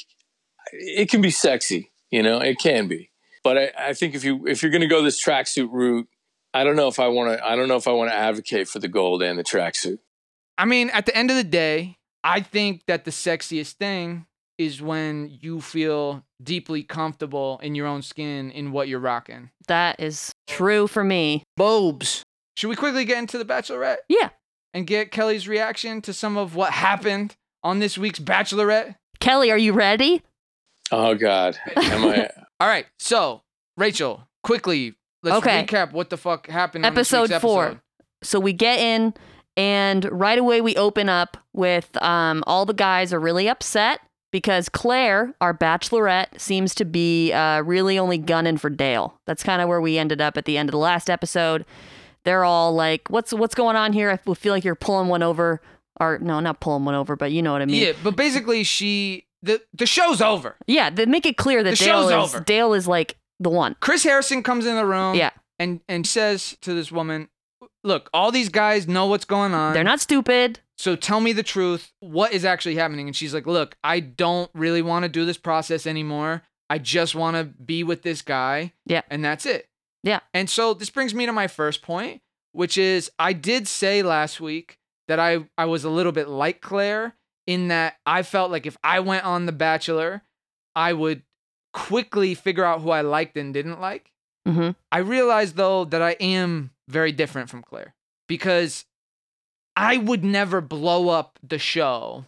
C: it can be sexy, you know, it can be. But I, I think if you if you're going to go this tracksuit route, I don't know if I want to I don't know if I want to advocate for the gold and the tracksuit.
B: I mean, at the end of the day, I think that the sexiest thing is when you feel deeply comfortable in your own skin in what you're rocking.
A: that is true for me.
B: Bobes. Should we quickly get into the Bachelorette?
A: Yeah.
B: And get Kelly's reaction to some of what happened on this week's Bachelorette?
A: Kelly, are you ready?
C: Oh God, am I?
B: All right. So, Rachel, quickly, let's
A: Okay.
B: recap what the fuck happened on this
A: Episode
B: week's
A: four.
B: episode.
A: So we get in, and right away we open up with um, all the guys are really upset because Claire, our bachelorette, seems to be uh, really only gunning for Dale. That's kind of where we ended up at the end of the last episode. They're all like, "What's what's going on here? I feel like you're pulling one over." Or no, not pulling one over, but you know what I mean.
B: Yeah, but basically, she. The, the show's over.
A: Yeah, they make it clear that
B: The
A: Dale
B: show's
A: is
B: over.
A: Dale is like the one.
B: Chris Harrison comes in the room.
A: Yeah.
B: And, and says to this woman, Look, all these guys know what's going on.
A: They're not stupid.
B: So tell me the truth. What is actually happening? And she's like, Look, I don't really want to do this process anymore. I just want to be with this guy.
A: Yeah.
B: And that's it.
A: Yeah.
B: And so this brings me to my first point, which is I did say last week that I, I was a little bit like Claire in that I felt like if I went on The Bachelor, I would quickly figure out who I liked and didn't like.
A: hmm
B: I realize though that I am very different from Claire because I would never blow up the show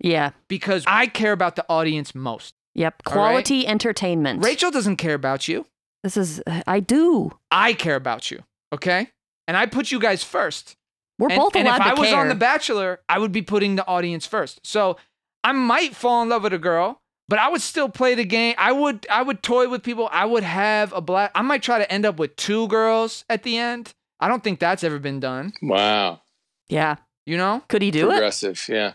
A: Yeah.
B: because I care about the audience most.
A: Yep.
B: All right.
A: Quality entertainment.
B: Rachel doesn't care about you.
A: This is I do.
B: I care about you. Okay? And I put you guys first.
A: We're
B: and,
A: both
B: and
A: allowed
B: if
A: to
B: I was
A: care.
B: on The Bachelor, I would be putting the audience first. So I might fall in love with a girl, but I would still play the game. I would I would toy with people. I would have a black I might try to end up with two girls at the end. I don't think that's ever been done,
C: Wow,
A: yeah.
B: you know?
A: Could he do it?
C: progressive. Yeah.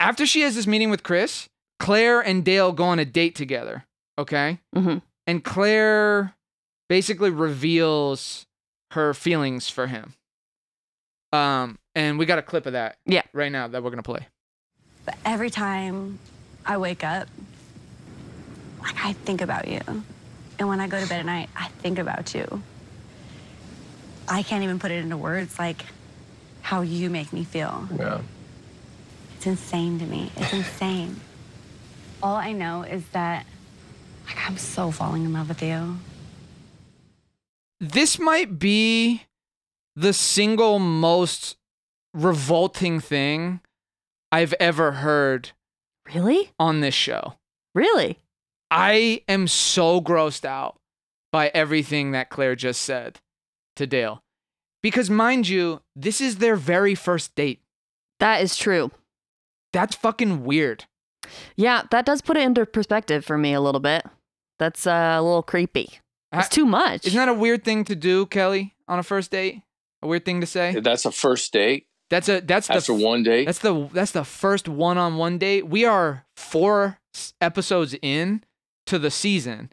B: after she has this meeting with Chris, Claire and Dale go on a date together. Okay.
A: Mhm.
B: And Claire basically reveals her feelings for him. Um, and we got a clip of that.
A: Yeah.
B: Right now that we're gonna play.
D: But every time I wake up, like I think about you. And when I go to bed at night, I think about you. I can't even put it into words like how you make me feel.
C: Yeah.
D: It's insane to me. It's insane. All I know is that like I'm so falling in love with you.
B: This might be the single most revolting thing I've ever heard
A: Really?
B: on this show.
A: Really?
B: I am so grossed out by everything that Claire just said to Dale. Because mind you, this is their very first date.
A: That is true.
B: That's fucking weird.
A: Yeah, that does put it into perspective for me a little bit. That's uh, a little creepy.
B: I-
A: It's too much.
B: Isn't that a weird thing to do, Kelly, on a first date? A weird thing to say?
C: That's a first date.
B: That's a that's the
C: After one date.
B: That's the that's the first one-on-one date. We are 4 s- episodes in to the season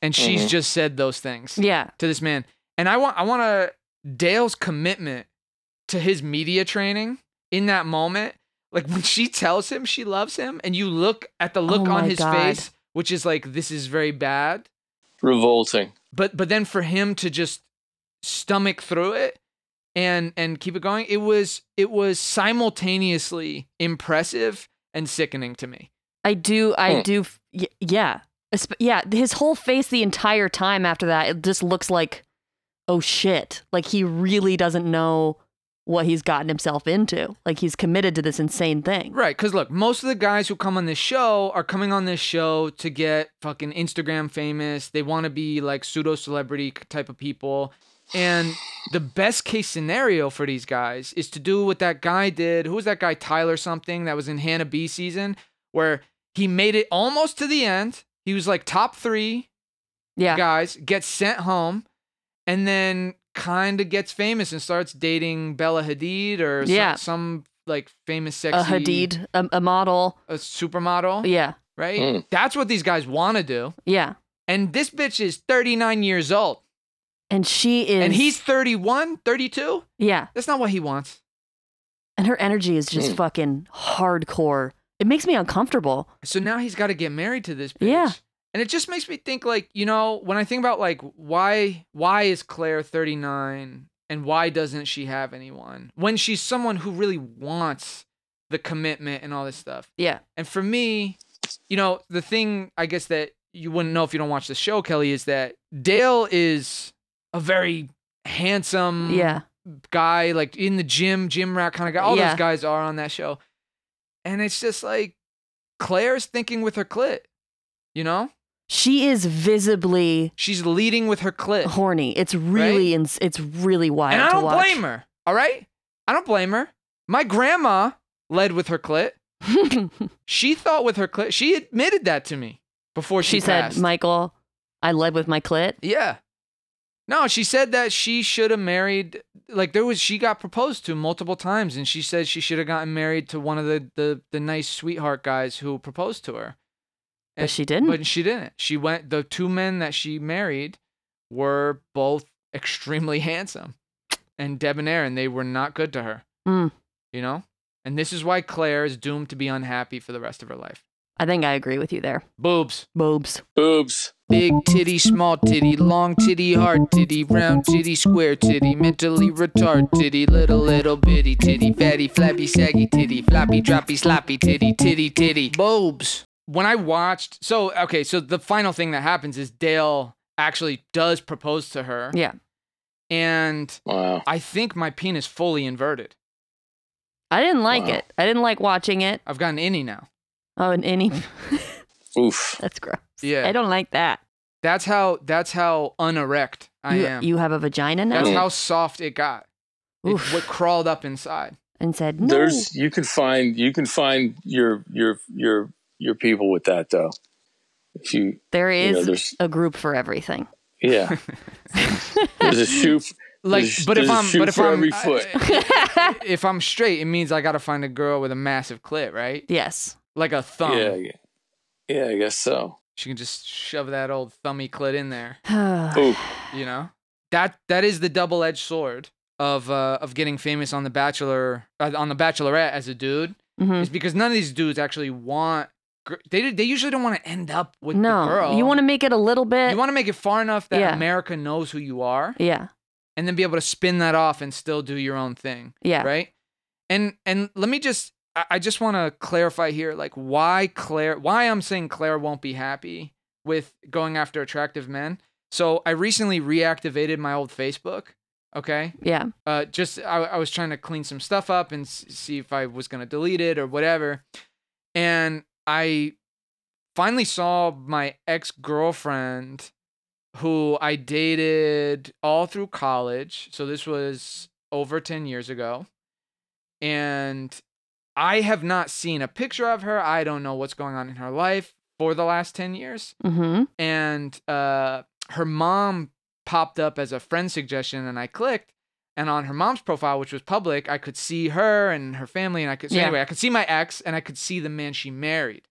B: and she's
C: Mhm.
B: just said those things.
A: yeah.
B: to this man. And I want I want to Dale's commitment to his media training in that moment. Like when she tells him she loves him and you look at the look
A: Oh
B: on
A: my
B: his
A: God.
B: face which is like this is very bad.
C: Revolting.
B: But but then for him to just stomach through it and and keep it going, it was it was simultaneously impressive and sickening to me.
A: I do. I
C: Hmm.
A: do. f- y- Yeah. Esp- Yeah. His whole face the entire time after that, it just looks like, oh shit. Like he really doesn't know what he's gotten himself into. Like he's committed to this insane thing.
B: Right, because look, most of the guys who come on this show are coming on this show to get fucking Instagram famous. They want to be like pseudo celebrity type of people. And the best case scenario for these guys is to do what that guy did. Who was that guy, Tyler something, that was in Hannah B season, where he made it almost to the end, He was like top three
A: Yeah.
B: guys, gets sent home, and then kind of gets famous and starts dating Bella Hadid or some,
A: Yeah.
B: some like famous sexy Oh.
A: A Hadid, a, a model.
B: a supermodel,
A: Yeah.
B: right?
C: Mm.
B: That's what these guys want to do.
A: Yeah.
B: And this bitch is 39 years old
A: And she is.
B: and he's 31, 32.
A: Yeah.
B: That's not what he wants.
A: And her energy is
B: Hmm.
A: just fucking hardcore. It makes me uncomfortable.
B: So now he's got to get married to this bitch.
A: Yeah.
B: And it just makes me think like, you know, when I think about like why why is Claire 39 and why doesn't she have anyone? When she's someone who really wants the commitment and all this stuff.
A: Yeah.
B: And for me, you know, the thing I guess that you wouldn't know if you don't watch the show, Kelly, is that Dale is a very handsome
A: Yeah.
B: guy, like in the gym, gym rat kind of guy. All
A: Yeah.
B: those guys are on that show. And it's just like Claire's thinking with her clit. You know?
A: She is visibly
B: She's leading with her clit.
A: horny. It's really ins- it's really wild.
B: and I
A: Oh, to
B: don't
A: watch.
B: blame her. All right? I don't blame her. My grandma led with her clit. She thought with her clit. She admitted that to me before she,
A: she said,
B: passed.
A: "Michael, I led with my clit."
B: Yeah. No, she said that she should have married like there was she got proposed to multiple times and she said she should have gotten married to one of the the, the nice sweetheart guys who proposed to her.
A: But
B: And-
A: she didn't.
B: But she didn't. She went the two men that she married were both extremely handsome and debonair and they were not good to her.
A: Mm.
B: You know? And this is why Claire is doomed to be unhappy for the rest of her life.
A: I think I agree with you there.
B: Boobs.
A: Boobs.
C: Boobs.
B: Big titty, small titty, long titty, hard titty, round titty, square titty, mentally retarded titty, little little bitty titty, fatty, flappy, saggy titty, floppy, droppy, sloppy titty, titty, titty, boobs. When I watched, so okay, so the final thing that happens is Dale actually does propose to her,
A: Yeah.
B: and
C: Wow.
B: I think my penis fully inverted.
A: I didn't like
C: Wow.
A: it. I didn't like watching it.
B: I've got an innie now.
A: Oh, and any
C: Oof.
A: that's gross.
B: Yeah.
A: I don't like that.
B: That's how. That's how unerect I
A: you,
B: am.
A: you have a vagina now?
B: that's how soft it got. It,
A: Oof.
B: what crawled up inside.
A: and said, "No."
C: There's you can find you can find your your your your people with that though. If you
A: there
C: know,
A: is
C: there's-
A: a group for everything.
C: yeah. there's a shoe f-
B: like
C: There's-
B: but if
C: there's a
B: i'm
C: shoe
B: but if
C: for
B: i'm
C: every
B: I-
C: foot.
B: I- if i'm straight it means i gotta find a girl with a massive clit right
A: Yes.
B: like a thumb
C: yeah, yeah. Yeah, I guess so.
B: she can just shove that old thummy clit in there
C: Ooh.
B: you know that that is the double-edged sword of uh of getting famous on the bachelor uh, on the bachelorette as a dude
A: Mhm.
C: Mm-hmm.
B: is because none of these dudes actually want gr- they they usually don't want to end up with
A: No.
B: the girl
A: You want to make it a little bit.
B: you want to make it far enough that
A: Yeah.
B: america knows who you are
A: yeah.
B: and then be able to spin that off and still do your own thing
A: Yeah.
B: right and and let me just i, I just want to clarify here like why claire why i'm saying claire won't be happy with going after attractive men so i recently reactivated my old facebook okay
A: Yeah.
B: uh just i, I was trying to clean some stuff up and s- see if i was going to delete it or whatever and i finally saw my ex-girlfriend who i dated all through college so this was over 10 years ago and i have not seen a picture of her i don't know what's going on in her life for the last 10 years
A: Mhm.
B: and uh, her mom popped up as a friend suggestion, and I clicked. And on her mom's profile, which was public, I could see her and her family, and I could. So
A: Yeah.
B: anyway, I could see my ex, and I could see the man she married.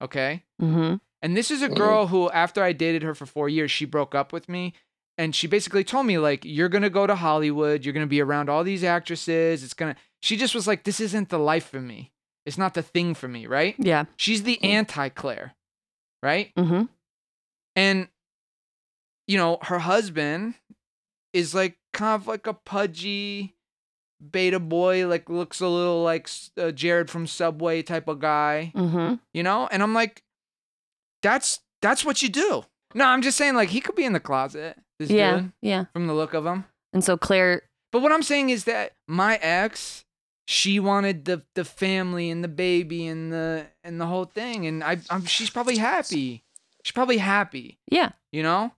B: Okay.
A: Mhm.
B: And this is a
C: Mhm.
B: girl who, after I dated her for four years, she broke up with me. And she basically told me, like, you're going to go to Hollywood. You're going to be around all these actresses. It's going to, she just was like, this isn't the life for me. It's not the thing for me, right?
A: Yeah.
B: She's the anti Claire, right?
A: Mhm.
B: And you know, her husband is like kind of like a pudgy beta boy, like looks a little like S- uh, Jared from Subway type of guy,
A: Mhm.
B: you know? And I'm like that's that's what you do. No, I'm just saying like he could be in the closet. This
A: Yeah.
B: dude
A: Yeah.
B: from the look of him.
A: And so Claire
B: But what I'm saying is that my ex, she wanted the the family and the baby and the and the whole thing, and I I'm, she's probably happy. She's probably happy,
A: Yeah.
B: you know.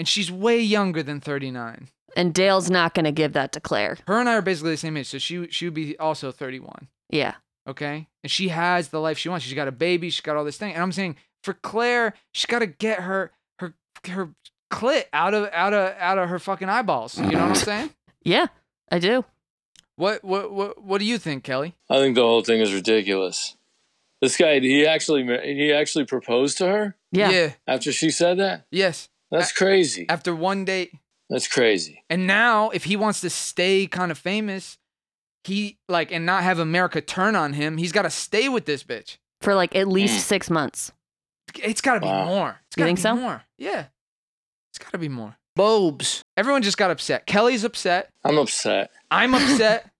B: And she's way younger than 39.
A: And Dale's not going to give that to Claire.
B: Her and I are basically the same age, so she she would be also 31.
A: Yeah.
B: Okay, and she has the life she wants. She's got a baby. She's got all this thing, and I'm saying. for- for Claire, she's got to get her her her clit out of out of out of her fucking eyeballs. You know what I'm saying?
A: Yeah, I do.
B: What what what what do you think, Kelly?
C: I think the whole thing is ridiculous. This guy, he actually he actually proposed to her
A: Yeah.
B: yeah.
C: after she said that.
B: Yes.
C: That's crazy.
B: After one date.
C: That's crazy.
B: And now, if he wants to stay kind of famous, he like and not have America turn on him, he's got to stay with this bitch.
A: For like at
B: Mm.
A: least six months.
B: It's got to be
C: Wow.
B: more. It's
A: You
B: got to
A: think
B: be
A: so?
B: more. Yeah, it's got to be more. Bobes. Everyone just got upset. Kelly's upset.
C: I'm upset.
B: I'm upset.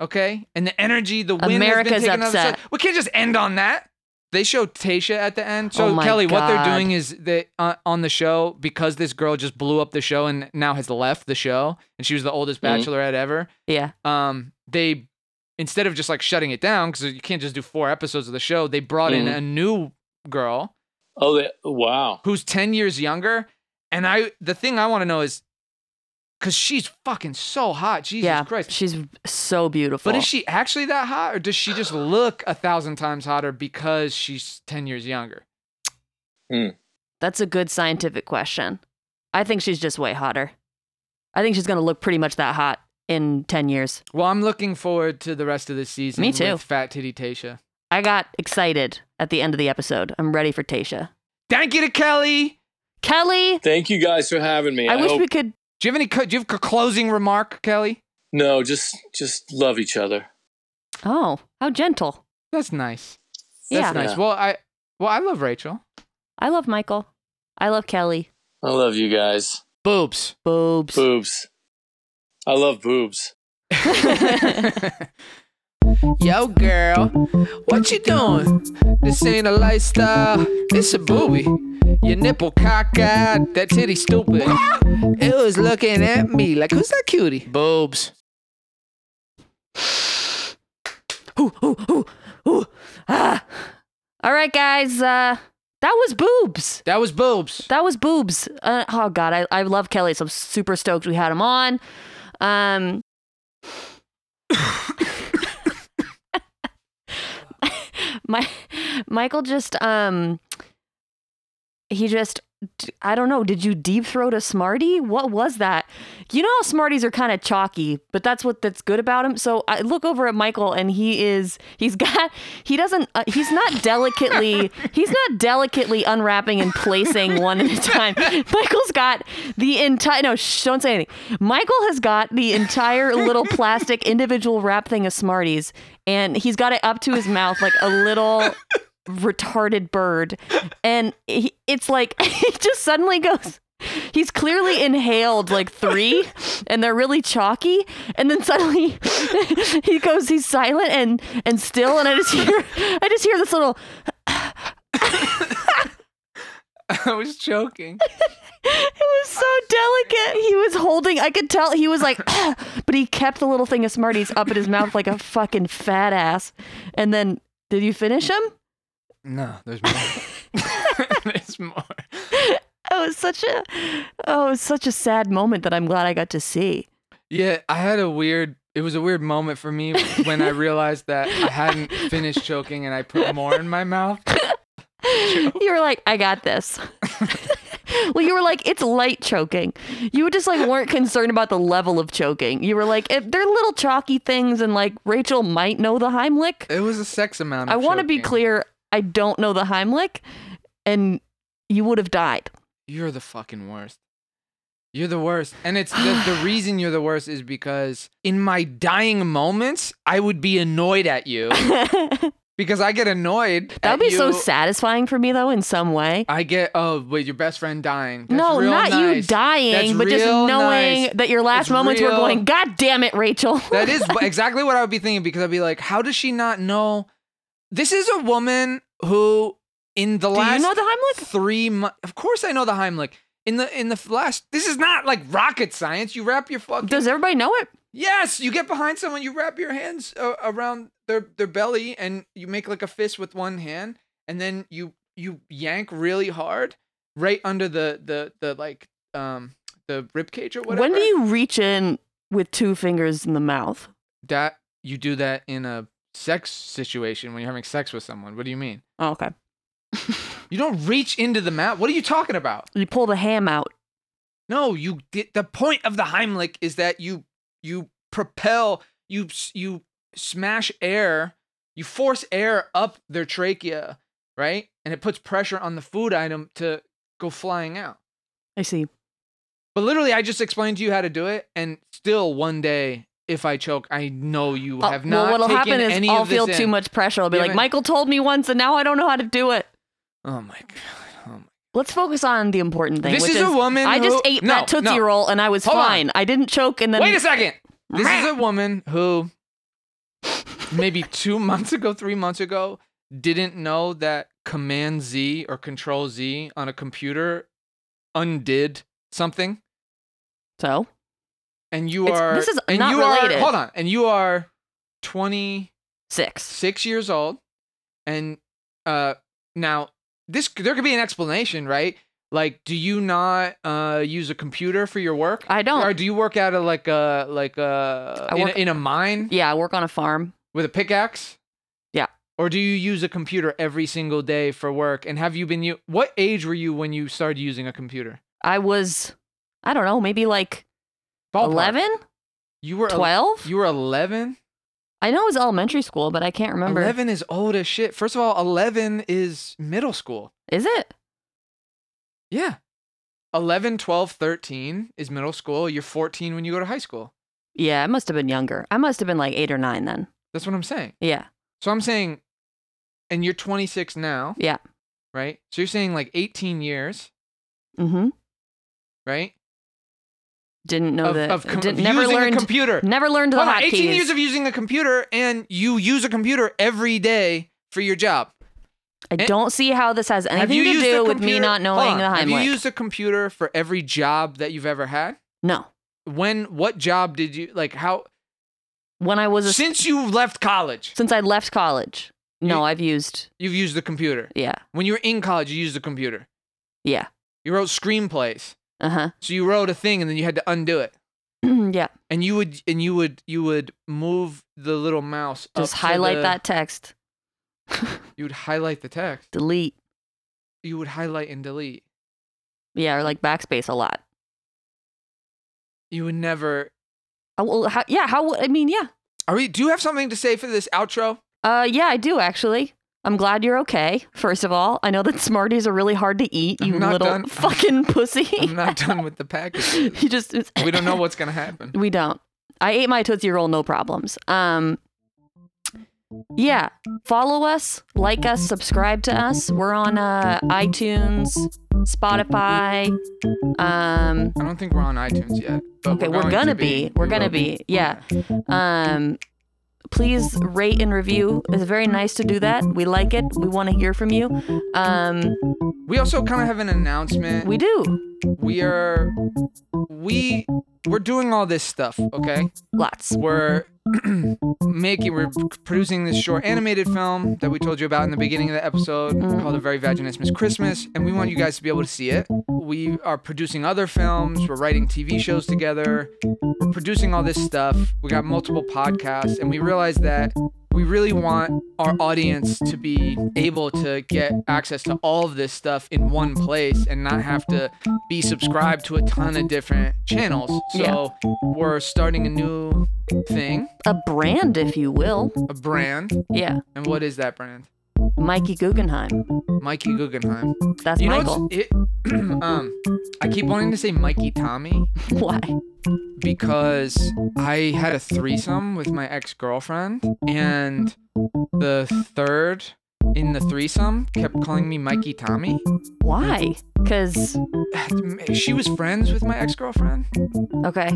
B: okay, and the energy, the wind
A: America's
B: has been taken out of the
A: upset.
B: sail. We can't just end on that. They show Tasha at the end. So
A: Oh my
B: Kelly, what they're
A: God.
B: doing is they uh, on the show because this girl just blew up the show and now has left the show, and she was the oldest
A: Mm-hmm.
C: Mhm.
B: bachelorette ever.
A: Yeah.
B: um, they instead of just like shutting it down because you can't just do four episodes of the show, they brought in
A: Mm-hmm.
C: Mhm.
B: a new girl
C: Oh, they, wow.
B: who's ten years younger. And I, the thing I want to know is, because she's fucking so hot, Jesus
A: yeah.
B: Christ!
A: She's so beautiful.
B: But is she actually that hot, or does she just look a thousand times hotter because she's ten years younger?
A: That's a good scientific question. I think she's just way hotter. I think she's going to look pretty much that hot in 10 years.
B: Well, I'm looking forward to the rest of the season.
A: Me too.
B: With Fat Titty Tasha.
A: I got excited at the end of the episode. I'm ready for Tasha.
B: Thank you to Kelly.
A: Kelly,
C: Thank you guys for having me.
A: I,
C: I,
A: wish
B: oh.
C: hope
A: we could.
B: Do you have any? co- Do you have a closing remark, Kelly?
C: no, just just love each other.
A: Oh, how gentle.
B: That's nice. That's
A: yeah.
B: nice.
C: Yeah.
B: Well, I well I love Rachel.
A: I love Michael. I love Kelly.
C: I love you guys.
B: Boobs.
A: Boobs.
C: Boobs. I love boobs.
B: Yo, girl, what you doing? This ain't a lifestyle, it's a booby. Your nipple cockeyed, that titty stupid. It was looking at me like, who's that cutie? Boobs.
A: Ooh, ooh, ooh, ooh. Ah. All right, guys. Uh, that was boobs.
B: That was boobs.
A: That was boobs. Uh, oh God, I, I love Kelly, so I'm super stoked we had him on. Um, my Michael just um, he just I don't know. Did you deep throat a Smartie? What was that? You know how Smarties are kind of chalky, but that's what that's good about him. So I look over at Michael, and he is he's got he doesn't uh, he's not delicately he's not delicately unwrapping and placing one at a time. Michael's got the entire no shh, don't say anything. Michael has got the entire little plastic individual wrap thing of Smarties, and he's got it up to his mouth like a little retarded bird and he, it's like he just suddenly goes he's clearly inhaled like three and they're really chalky and then suddenly he goes he's silent and and still and i just hear i just hear this little
B: I was joking.
A: it was so delicate he was holding i could tell he was like but he kept the little thing of smarties up in his mouth like a fucking fat ass and then did you finish him
B: No, there's more. there's more.
A: it was such a oh it was such a sad moment that i'm glad i got to see
B: Yeah, I had a weird. It was a weird moment for me when I realized that I hadn't finished choking and I put more in my mouth.
A: You were like, I got this. well, you were like, it's light choking. You just like weren't concerned about the level of choking. You were like, if they're little chalky things, and like Rachel might know the Heimlich.
B: It was a sex amount.
A: I
B: Of
A: want to be
B: choking.
A: clear, I don't know the Heimlich, and you would have died.
B: You're the fucking worst. You're the worst. And it's the, the reason you're the worst is because in my dying moments, I would be annoyed at you
A: that
B: because I get annoyed.
A: would
B: at
A: be so
B: you.
A: satisfying for me, though, in some way.
B: I get, oh, wait, your best friend dying. That's
A: no,
B: real
A: not you
B: nice.
A: dying,
B: That's
A: but just
B: real
A: knowing
B: nice.
A: that your last
B: That's
A: moments were
B: real-
A: going, God damn it, Rachel.
B: That is wh- exactly what I would be thinking because I'd be like, how does she not know? This is a woman who, in the
A: Do
B: last
A: you know the Heimlich?
B: three months, of course I know the Heimlich. In the in the last, this is not like rocket science. You wrap your fucking
A: Does everybody know it?
B: Yes, you get behind someone, you wrap your hands uh, around their their belly, and you make like a fist with one hand, and then you you yank really hard right under the the the like um the rib cage or whatever.
A: When do you reach in with two fingers in the mouth?
B: that you do that in a sex situation when you're having sex with someone? What do you mean?
A: Oh, okay.
B: You don't reach into the mouth. What are you talking about?
A: You pull the ham out.
B: No, you did. The point of the Heimlich is that you you propel, you s- you smash air, you force air up their trachea, right? And it puts pressure on the food item to go flying out.
A: I see.
B: But literally, I just explained to you how to do it, and still, one day, if I choke, I know you
A: Uh,
B: have not.
A: well, what'll
B: taken
A: happen is
B: any
A: I'll
B: of this
A: feel too
B: in.
A: much pressure. I'll be
B: Yeah,
A: like,
B: but-
A: Michael told me once, and now I don't know how to do it.
B: Oh my god! Oh my
A: Let's focus on the important thing.
B: This
A: which
B: is a woman
A: I just
B: who-
A: ate
B: No,
A: that tootsie
B: no.
A: roll, and I was
B: Hold on.
A: fine. I didn't choke, and then
B: Wait a second. This is a woman who maybe two months ago, three months ago, didn't know that Command Z or Control Z on a computer undid something,
A: so
B: and you
A: It's-
B: are
A: this is
B: and
A: not
B: you are-
A: related.
B: hold on, and you are twenty
A: six.
B: six years old, and uh, now this there could be an explanation, right? Like, do you not uh use a computer for your work?
A: I don't.
B: Or do you work out of like a like a
A: I
B: in,
A: work-
B: a in a mine
A: yeah, I work on a farm.
B: with a pickaxe?
A: Yeah.
B: Or do you use a computer every single day for work? And have you been you? What age were you when you started using a computer?
A: I was, I don't know, maybe like
B: Ballpark.
A: 11,
B: You were el-
A: 12?
B: You were eleven.
A: I know it was elementary school, but I can't remember.
B: Eleven is old as shit. First of all, eleven is middle school.
A: Is it?
B: Yeah. 11, 12, 13 is middle school. You're 14 when you go to high school.
A: Yeah, I must have been younger. I must have been like eight or nine then.
B: That's what I'm saying.
A: Yeah.
B: So I'm saying, and you're 26 now,
A: Yeah.
B: right? So you're saying like 18 years,
A: Mm-hmm.
B: right?
A: Didn't know
B: of,
A: that.
B: of, com-
A: didn't-
B: of
A: never
B: using
A: learned.
B: a computer.
A: Never learned the
B: Hold on,
A: hotkeys.
B: 18 years of using a computer, and you use a computer every day for your job.
A: I
B: and-
A: don't see how this has
B: Have
A: anything
B: you
A: to
B: used
A: do
B: a
A: with me
B: computer-
A: not
B: Hold
A: knowing
B: on,
A: the
B: Have you
A: Heimlich.
B: used a computer for every job that you've ever had?
A: no.
B: When, what job did you, like, how,
A: When I was a, since,
B: since you left college,
A: I left college. No,
B: You-
A: I've used.
B: you've used the computer.
A: Yeah.
B: When you were in college, you used a computer.
A: Yeah.
B: You wrote screenplays.
A: Uh huh.
B: So you wrote a thing and then you had to undo it.
A: yeah.
B: And you would and you would you would move the little mouse up
A: Just
B: to
A: highlight
B: the-
A: that text.
B: You would highlight the text.
A: Delete.
B: You would highlight and delete.
A: Yeah, or like backspace a lot.
B: You would never
A: I will, Uh, how, yeah. How? would- I mean, yeah.
B: Are we do you have something to say for this outro?
A: Uh, yeah, I do actually. I'm glad you're okay. First of all, I know that Smarties are really hard to eat.
B: I'm
A: You
B: not
A: little
B: done.
A: fucking pussy.
B: I'm not done with the package.
A: he just. is-
B: We don't know what's gonna happen.
A: We don't. I ate my Tootsie Roll, no problems. Um, yeah, follow us, like us, subscribe to us. We're on uh, iTunes, Spotify. Um,
B: I don't think we're on iTunes yet. But
A: okay, we're,
B: going
A: gonna
B: to
A: be. We're
B: We
A: gonna
B: will
A: be. Yeah. Um, please rate and review. It's very nice to do that. We like it. We want to hear from you. Um,
B: We also kind of have an announcement.
A: we do
B: we are we we're doing all this stuff, okay?
A: lots.
B: we're making we're producing this short animated film that we told you about in the beginning of the episode called a very vaginismus christmas and we want you guys to be able to see it we are producing other films we're writing tv shows together we're producing all this stuff we got multiple podcasts and we realized that we really want our audience to be able to get access to all of this stuff in one place and not have to be subscribed to a ton of different channels so we're starting a new thing,
A: A brand, if you will.
B: a brand.
A: Yeah,
B: And what is that brand?
A: Mikey Guggenheim.
B: Mikey Guggenheim.
A: That's
B: you
A: Michael.
B: know it's, it um I keep wanting to say Mikey Tommy
A: Why?
B: because I had a threesome with my ex-girlfriend and the third in the threesome kept calling me Mikey Tommy.
A: Why?
B: Mm-hmm.
A: Because
B: She was friends with my ex-girlfriend.
A: okay.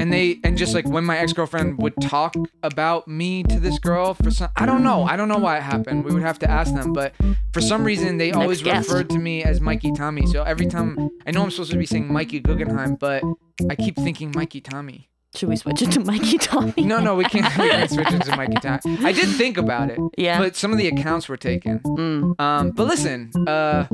B: and they and just like when my ex-girlfriend would talk about me to this girl for some i don't know i don't know why it happened we would have to ask them but for some reason they always
A: guest.
B: referred to me as mikey tommy so every time i know i'm supposed to be saying mikey guggenheim but i keep thinking mikey tommy
A: Should we switch it to Mikey Tommy?
B: no no we can't, we can't switch it to mikey tommy i did think about it
A: Yeah.
B: but some of the accounts were taken
A: Mm.
B: um, but listen, uh,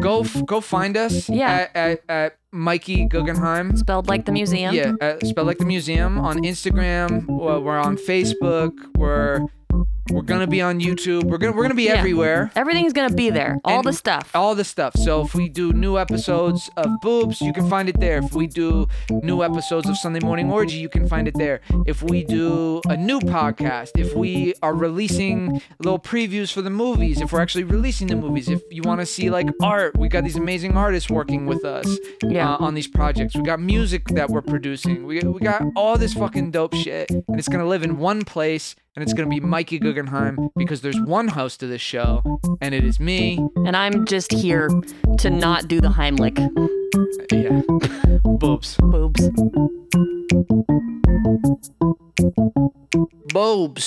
B: go f- go find us
A: Yeah.
B: at, at, at Mikey Guggenheim.
A: Spelled like the museum.
B: Yeah, uh, at Spell Like the Museum on Instagram. We're we're on Facebook. We're We're gonna be on YouTube. We're gonna we're gonna be
A: Yeah.
B: everywhere.
A: Everything's gonna be there. All
B: And
A: the stuff.
B: All the stuff. So if we do new episodes of Boobs, you can find it there. If we do new episodes of Sunday Morning Orgy, you can find it there. If we do a new podcast, if we are releasing little previews for the movies, if we're actually releasing the movies, if you want to see like art, we got these amazing artists working with us
A: Yeah.
B: uh, on these projects. We got music that we're producing. We, we got all this fucking dope shit. And it's going to live in one place. And it's going to be Mikey Guggenheim because there's one host of this show, and it is me,
A: and I'm just here to not do the Heimlich.
B: yeah. Boobs.
A: Boobs.
B: Boobs.